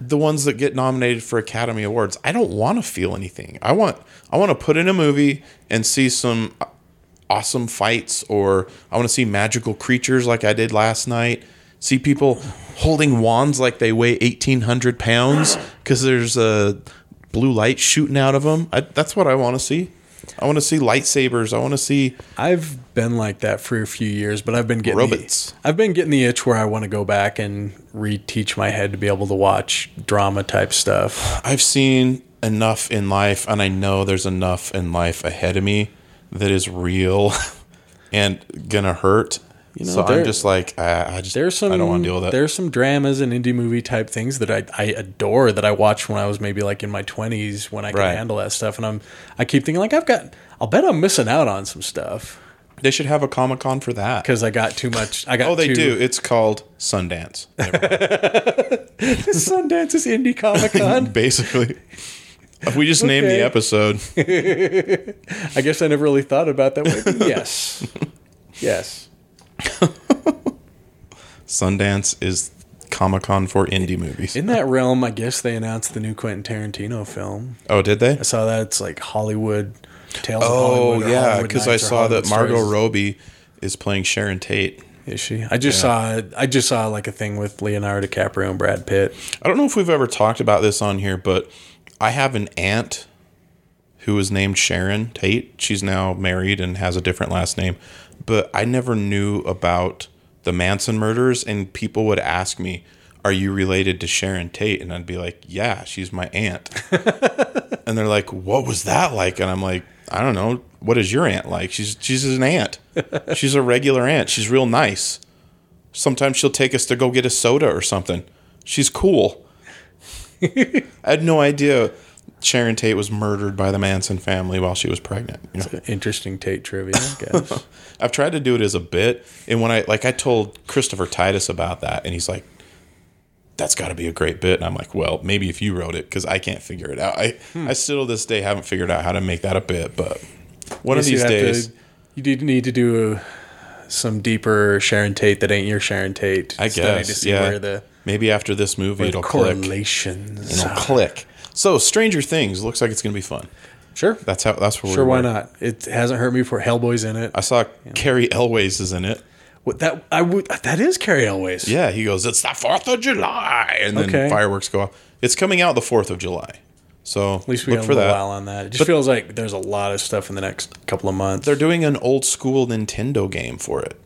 the ones that get nominated for Academy Awards. I don't want to feel anything. I want I want to put in a movie and see some awesome fights, or I want to see magical creatures like I did last night. See people holding wands like they weigh eighteen hundred pounds because there's a blue light shooting out of them. I, that's what I want to see. I want to see lightsabers. I want to see I've been like that for a few years, but I've been getting Robots. The, I've been getting the itch where I want to go back and reteach my head to be able to watch drama type stuff. I've seen enough in life, and I know there's enough in life ahead of me that is real and gonna hurt. know, so there- I'm just like, I, I just There's some I don't want to deal with that. There's some dramas and indie movie type things that I, I adore that I watched when I was maybe like in my twenties when I could Right. handle that stuff and I'm I keep thinking like I've got I'll bet I'm missing out on some stuff They should have a comic con for that. because I got too much I got Oh, they too, do. It's called Sundance, Sundance is indie comic con basically. If we just name Okay. the episode, I guess I never really thought about that way but yes yes Sundance is Comic Con for indie movies. in that realm I guess they announced the new Quentin Tarantino film Oh, did they? I saw that it's like Hollywood Tales of Oh, Hollywood or yeah, Hollywood because I Nights or saw that Hollywood Margot Stories. Robbie is playing Sharon Tate. Is she? I just saw I just saw like a thing with Leonardo DiCaprio and Brad Pitt. I don't know if we've ever talked about this on here, but I have an aunt who was named Sharon Tate. She's now married and has a different last name, but I never knew about the Manson murders. And people would ask me, Are you related to Sharon Tate? And I'd be like, Yeah, she's my aunt. and they're like, What was that like? And I'm like, I don't know. What is your aunt like? She's she's an aunt. She's a regular aunt. She's real nice. Sometimes she'll take us to go get a soda or something. She's cool. I had no idea Sharon Tate was murdered by the Manson family while she was pregnant. you know. Interesting Tate trivia, I guess. I've tried to do it as a bit, and when I like, I told Christopher Titus about that, and he's like, that's got to be a great bit. And I'm like, well, maybe if you wrote it, because I can't figure it out. I, Hmm. I still to this day haven't figured out how to make that a bit, but one of Yes, you these have to- days, you do need to do some deeper Sharon Tate that ain't your Sharon Tate. I study guess, yeah. where the maybe after this movie, it'll click. correlations. It'll click. So Stranger Things looks like it's gonna be fun. Sure, That's how. That's where sure. we Why were. not? It hasn't hurt me before. Hellboy's in it. I saw Carrie Elways is in it. What that I would. That is Carrie Elways. Yeah, he goes, "It's the Fourth of July," and then Okay. fireworks go off. It's coming out the Fourth of July, so At least we look got a for little that. while on that. It just feels like there's a lot of stuff in the next couple of months. They're doing an old school Nintendo game for it.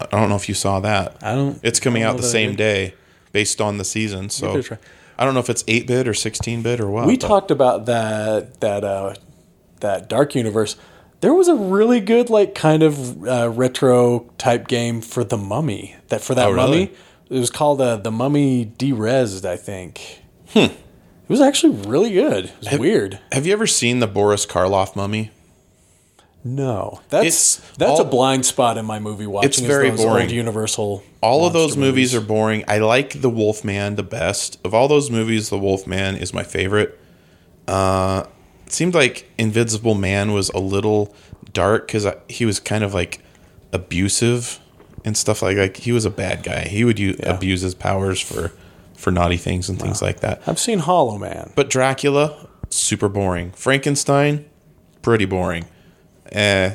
I don't know if you saw that. I don't- It's coming I don't out know the that I same did. day, based on the season. So it a try. I don't know if it's eight bit or sixteen bit or what. we but talked about that that uh, that Dark Universe. There was a really good like kind of uh, retro type game for the Mummy. That for that Oh, really? Mummy, it was called uh, the Mummy Derezed, I think. It was actually really good. It was weird. Hmm. Have you ever seen the Boris Karloff mummy? No, that's It's that's all- a blind spot in my movie watching. It's is very those old boring. Universal. All of monster those movies are boring. I like The Wolfman the best. Of all those movies, The Wolfman is my favorite. Uh, it seemed like Invisible Man was a little dark because he was kind of like abusive and stuff like like he was a bad guy. He would u- abuse his powers for for naughty things and things like that. I've seen Hollow Man. But Dracula, super boring. Frankenstein, pretty boring. Eh.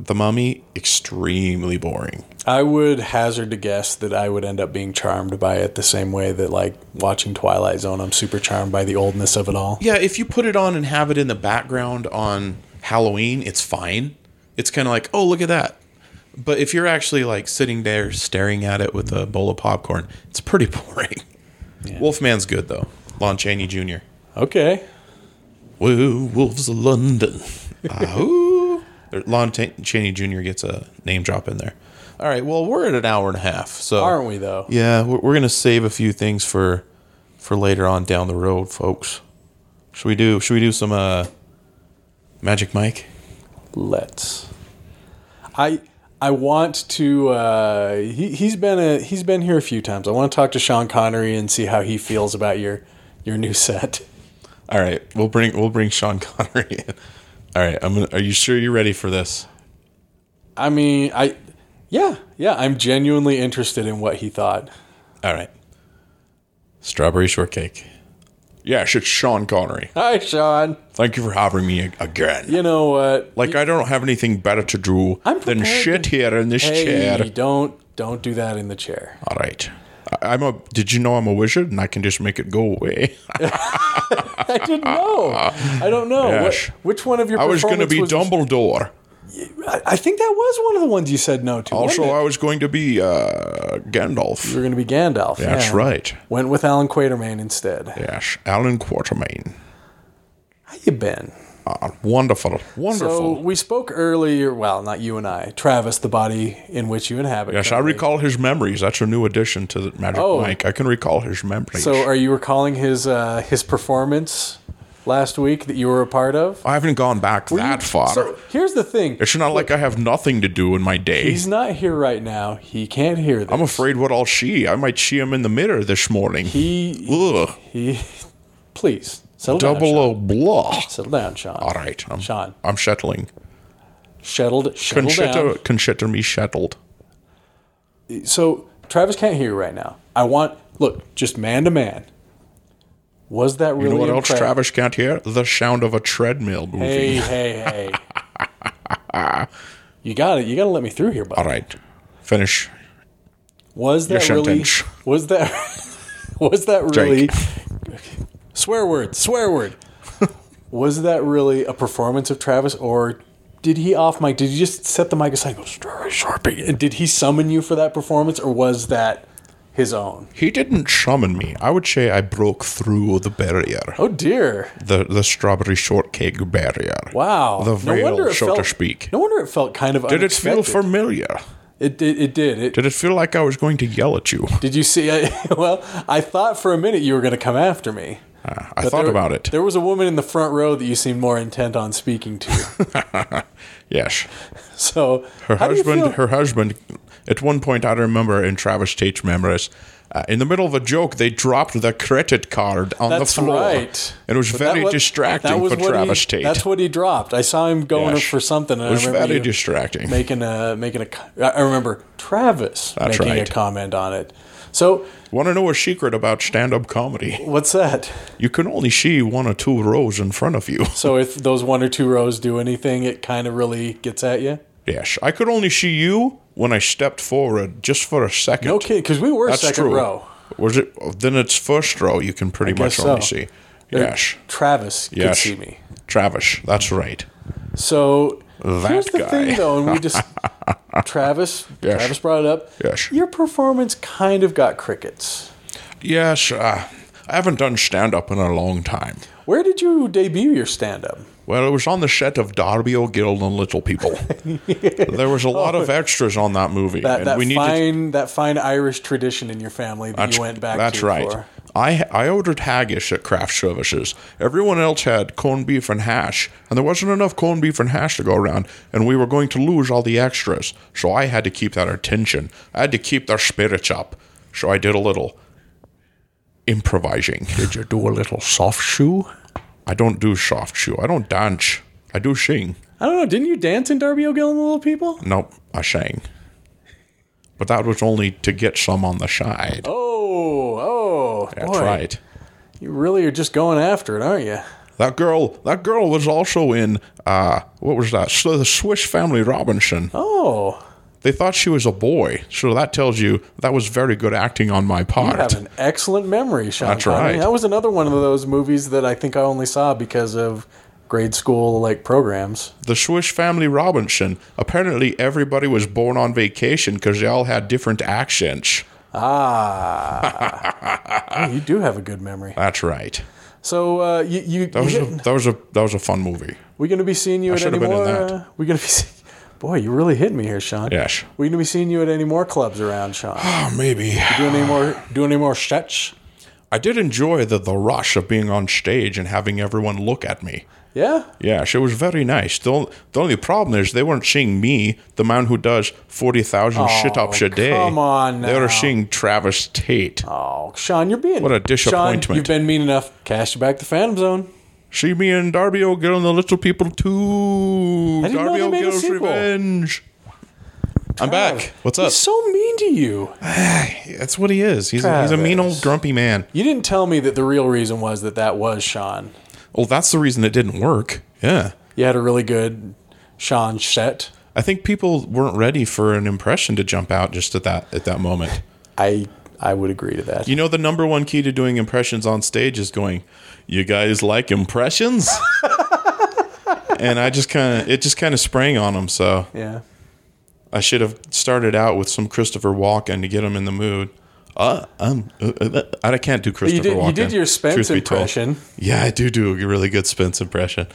The Mummy, extremely boring. I would hazard to guess that I would end up being charmed by it the same way that, like, watching Twilight Zone, I'm super charmed by the oldness of it all. Yeah, if you put it on and have it in the background on Halloween, it's fine. It's kind of like, oh, look at that. But if you're actually like sitting there staring at it with a bowl of popcorn, it's pretty boring. Wolfman's good though. Lon Chaney Jr. Okay. Werewolves of London. Ahoo. There- Lon T- Chaney Jr. gets a name drop in there. All right. Well, we're at an hour and a half. So Aren't we, though? yeah, we're, we're gonna save a few things for for later on down the road, folks. Should we do? Should we do some uh, Magic Mike? Let's. I. I want to. Uh, he, he's been a, he's been here a few times. I want to talk to Sean Connery and see how he feels about your your new set. All right, we'll bring we'll bring Sean Connery in. All right, I'm gonna. Are you sure you're ready for this? I mean, I yeah yeah. I'm genuinely interested in what he thought. All right. Strawberry shortcake. Yes, it's Sean Connery. Hi, Sean. Thank you for having me ag- again. You know what? Like I don't have anything better to do I'm than prepared shit here in this Hey, chair. don't don't do that in the chair. All right. I- I'm a. Did you know I'm a wizard and I can just make it go away? I didn't know. I don't know. Yes. What, which one of your I was going to be performance was- Dumbledore. I, I think that was one of the ones you said no to. Also, wasn't it? I was going to be uh, Gandalf. you were going to be Gandalf. That's yeah. right. Went with Alan Quatermain instead. Yes, Alan Quatermain. How you been? Ah, wonderful, So wonderful. we spoke earlier. Well, not you and I. Travis, the body in which you inhabit. yes, I currently. recall his memories. That's a new addition to the Magic Oh. Mike. I can recall his memories. So uh, are you recalling his uh, his performance last week that you were a part of? I haven't gone back that far. So here's the thing. it's not like I have nothing to do in my day. He's not here right now. He can't hear this. I'm afraid what I'll see. I might see him in the mirror this morning. He Ugh, he. Please settle down. double Sean. O blah. Settle down, Sean. All right, I'm, Sean. I'm settling. Settled, settle Consider, down. consider me settled. So Travis can't hear you right now. I want look just man to man. Was that really? You know what else impre- Travis can't hear? The sound of a treadmill moving. Hey, hey, hey! you got it. You got to let me through here, All buddy. right, finish. Was that your really? sentence. Was that? Was that really? Swear word. Swear word. was that really a performance of Travis, or did he off mic? Did you just set the mic aside? And go "Strawberry Sharpie," and did he summon you for that performance, or was that his own? He didn't summon me. I would say I broke through the barrier, Oh dear. the the strawberry shortcake barrier. Wow. the veil, so felt, to speak. No wonder it felt kind of. Did it feel unexpected. familiar? It did. It did. It, Did it feel like I was going to yell at you? did you see? I, well, I thought for a minute you were going to come after me. I thought there- about it. There was a woman in the front row that you seemed more intent on speaking to. Yes. So Her how do you husband, feel- her husband, at one point I remember, and Travis Tate remembers, uh, in the middle of a joke, they dropped the credit card on That's the floor. right. And it was But that very wa- that distracting was for what Travis he, Tate. That's what he dropped. I saw him going Yes. for something. And it was I remember very you distracting. making a making a. co- I I remember Travis That's making right. a comment on it. So Want to know a secret about stand up comedy? what's that? You can only see one or two rows in front of you. So if those one or two rows do anything, it kind of really gets at you. Yes. I could only see you when I stepped forward just for a second. No kidding, because we were That's second true. row. Was it? oh, Then it's first row. You can pretty guess much only so. see. Or Yes. Travis could Yes. see me. Travis. That's right. So here's the guy. thing, though, and we just Travis. Yes. Travis brought it up. Yes. your performance kind of got crickets. Yes, uh, I haven't done stand up in a long time. Where did you debut your stand-up? Well, it was on the set of Darby O'Gill and Little People. there was a lot of extras on that movie, Oh, That, that needed- fine that fine Irish tradition in your family that That's- you went back That's to right. for. I I ordered haggis at craft services. Everyone else had corned beef and hash, and there wasn't enough corned beef and hash to go around, and we were going to lose all the extras. So I had to keep that attention. I had to keep their spirits up. So I did a little improvising. Did you do a little soft shoe? I don't do soft shoe. I don't dance. I do sing. I don't know. Didn't you dance in Darby O'Gill and the Little People? Nope, I sang. But that was only to get some on the side. Oh, oh, That's boy, right. You really are just going after it, aren't you? That girl, that girl was also in uh, what was that? So the Swiss Family Robinson. Oh, They thought she was a boy, so that tells you that was very good acting on my you have part. an excellent memory, Sean. That's Connery. right. That was another one of those movies that I think I only saw because of grade school like programs. The Swiss Family Robinson. Apparently, everybody was born on vacation because they all had different accents. Ah, Oh, you do have a good memory. That's right. So uh, you, you, That you was a, get- that was a that was a fun movie. we gonna be seeing you at should any have been in more? that. Uh, we gonna be. See- Boy, you really hit me here, Sean. Yes. We gonna be seeing you at any more clubs around, Sean? Oh, maybe. doing any more? Doing any more stretch? I did enjoy the the rush of being on stage and having everyone look at me. Yeah. Yeah, she was very nice. The, on- the only problem is they weren't seeing me, the man who does 40,000 shit ups a day. Oh, come on They now. were seeing Travis Tate. Oh, Sean, you're being What a Sean, disappointment. you've been mean enough. Cash you back the Phantom Zone. See me and Darby O'Gill and the Little People too. I didn't know Darby they made a O'Gill's sequel. Revenge. I'm back. What's up? He's so mean to you. That's what he is. He's a, he's a mean Travis. old grumpy man. You didn't tell me that the real reason was that that was Sean. Well, Oh, that's the reason it didn't work. Yeah. You had a really good Sean set. I think people weren't ready for an impression to jump out just at that at that moment. I I would agree to that. You know, the number one key to doing impressions on stage is going, You guys like impressions? and I just kind of, it just kind of sprang on him. So yeah. I should have started out with some Christopher Walken to get him in the mood. Uh, um, uh, uh, uh, I can't do Christopher You did, Walken. you did your truth Spence be told. impression. Yeah, I do do a really good Spence impression.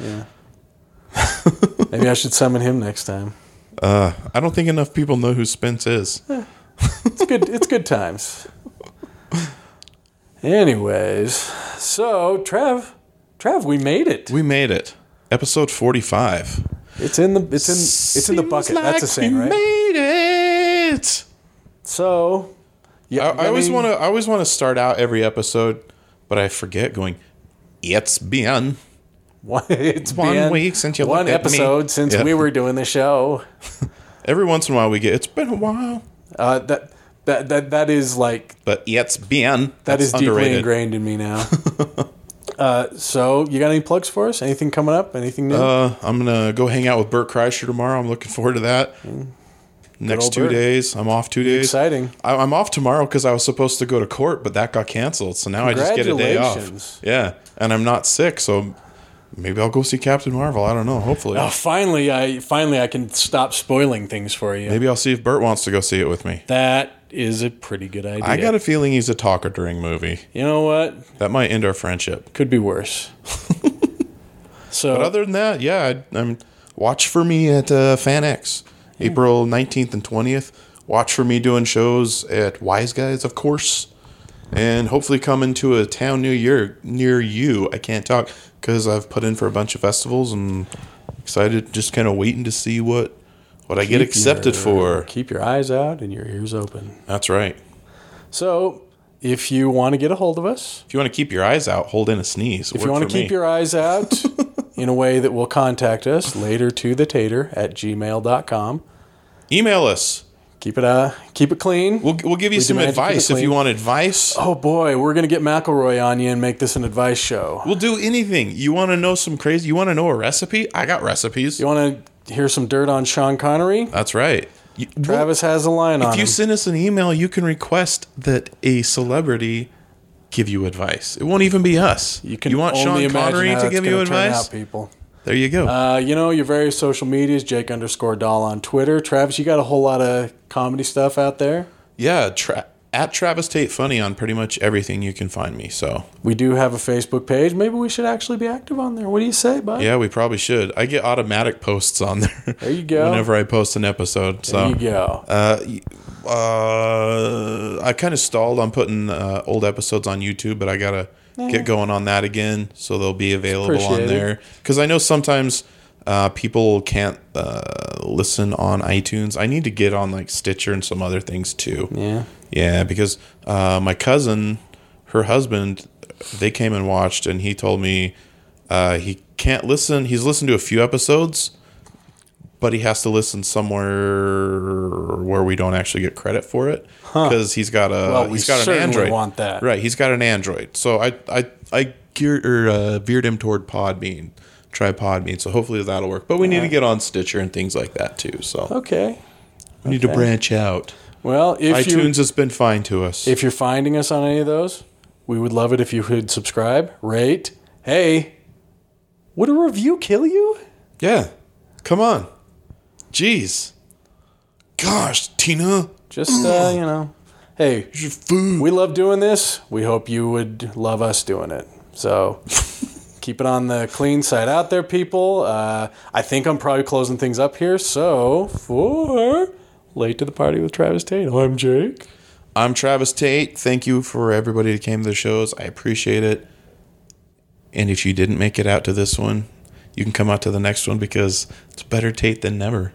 Maybe I should summon him next time. I don't think enough people know who Spence is. It's good. it's good times. Anyways, so Trav, Trav, we made it. We made it. Episode 45. It's in the it's in it's in the Seems bucket. That's like a saying, we right? made it. So, yeah, I, I always mean, want to. I always want to start out every episode, but I forget. Going, it's been One, it's One been week since you one looked at me." episode since Yeah. we were doing the show. every once in a while we get. It's been a while, Uh, that that that that is like but it's been that that's is deeply ingrained in me now. uh, so, you got any plugs for us? Anything coming up? Anything new? Uh, I'm gonna go hang out with Bert Kreischer tomorrow. I'm looking forward to that. Mm. Next old two Bert. days, I'm off two days. Exciting. I, I'm off tomorrow because I was supposed to go to court, but that got canceled. So now I just get a day Congratulations. off. Yeah, and I'm not sick, so maybe I'll go see Captain Marvel. I don't know. Hopefully, Oh, finally, I finally I can stop spoiling things for you. maybe I'll see if Bert wants to go see it with me. That is a pretty good idea. I got a feeling he's a talker during movie. you know what? That might end our friendship. Could be worse. so, But other than that, yeah, I, I'm watch for me at uh, FanX April 19th and 20th. Watch for me doing shows at Wise Guys, of course. and hopefully coming to a town near your near you. I can't talk because I've put in for a bunch of festivals and excited, just kind of waiting to see what what I get Keep accepted your- for. Keep your eyes out and your ears open. That's right. So, if you want to get a hold of us, If you want to keep your eyes out, hold in a sneeze. if you want to keep your eyes out in a way that will contact us later to the tater at gmail.com, email us. keep it, uh, keep it clean. We'll, we'll give you some demand to keep it advice if you clean. want advice. Oh boy, we're gonna get McElroy on you and make this an advice show. We'll do anything. You want to know some crazy? You want to know a recipe? I got recipes. You want to hear some dirt on Sean Connery? That's right. You- Travis has a line on If you him. send us an email, you can request that a celebrity give you advice. It won't even be us. You can You want only Sean imagine Connery how to it's give you gonna turn advice? out, people. There you go. Uh, you know your various social medias, Jake underscore doll on Twitter. Travis, you got a whole lot of comedy stuff out there. yeah, tra- at Travis Tate Funny on pretty much everything you can find me. So We do have a Facebook page. Maybe we should actually be active on there. What do you say, bud? yeah, we probably should. I get automatic posts on there. There you go. Whenever I post an episode, so There you go. Uh, y- uh, I kind of stalled on putting uh, old episodes on YouTube, but I gotta get going on that again, so they'll be available on appreciated. there. Because I know sometimes uh, people can't uh, listen on iTunes. I need to get on like Stitcher and some other things too. yeah. Yeah, because uh, my cousin, her husband, they came and watched, and he told me uh, he can't listen. He's listened to a few episodes, but he has to listen somewhere where we don't actually get credit for it because he's got a Well, we he's got an certainly Android. want that. right? He's got an Android. So I I I geared or uh, veered him toward Podbean. Try Podbean, so hopefully that'll work. But we need to get on Stitcher and things like that too. So Okay. we need to branch out. Well, if you iTunes has been fine to us. if you're finding us on any of those, we would love it if you could subscribe, rate. Hey, would a review kill you? Yeah. Come on. Jeez. Gosh, Tina. Just uh, you know, hey, Your food. we love doing this. We hope you would love us doing it. So keep it on the clean side out there, people. Uh, I think I'm probably closing things up here. So for late to the party with Travis Tate, I'm Jake. I'm Travis Tate. Thank you for everybody that came to the shows. I appreciate it. And if you didn't make it out to this one, you can come out to the next one because it's better Tate than never.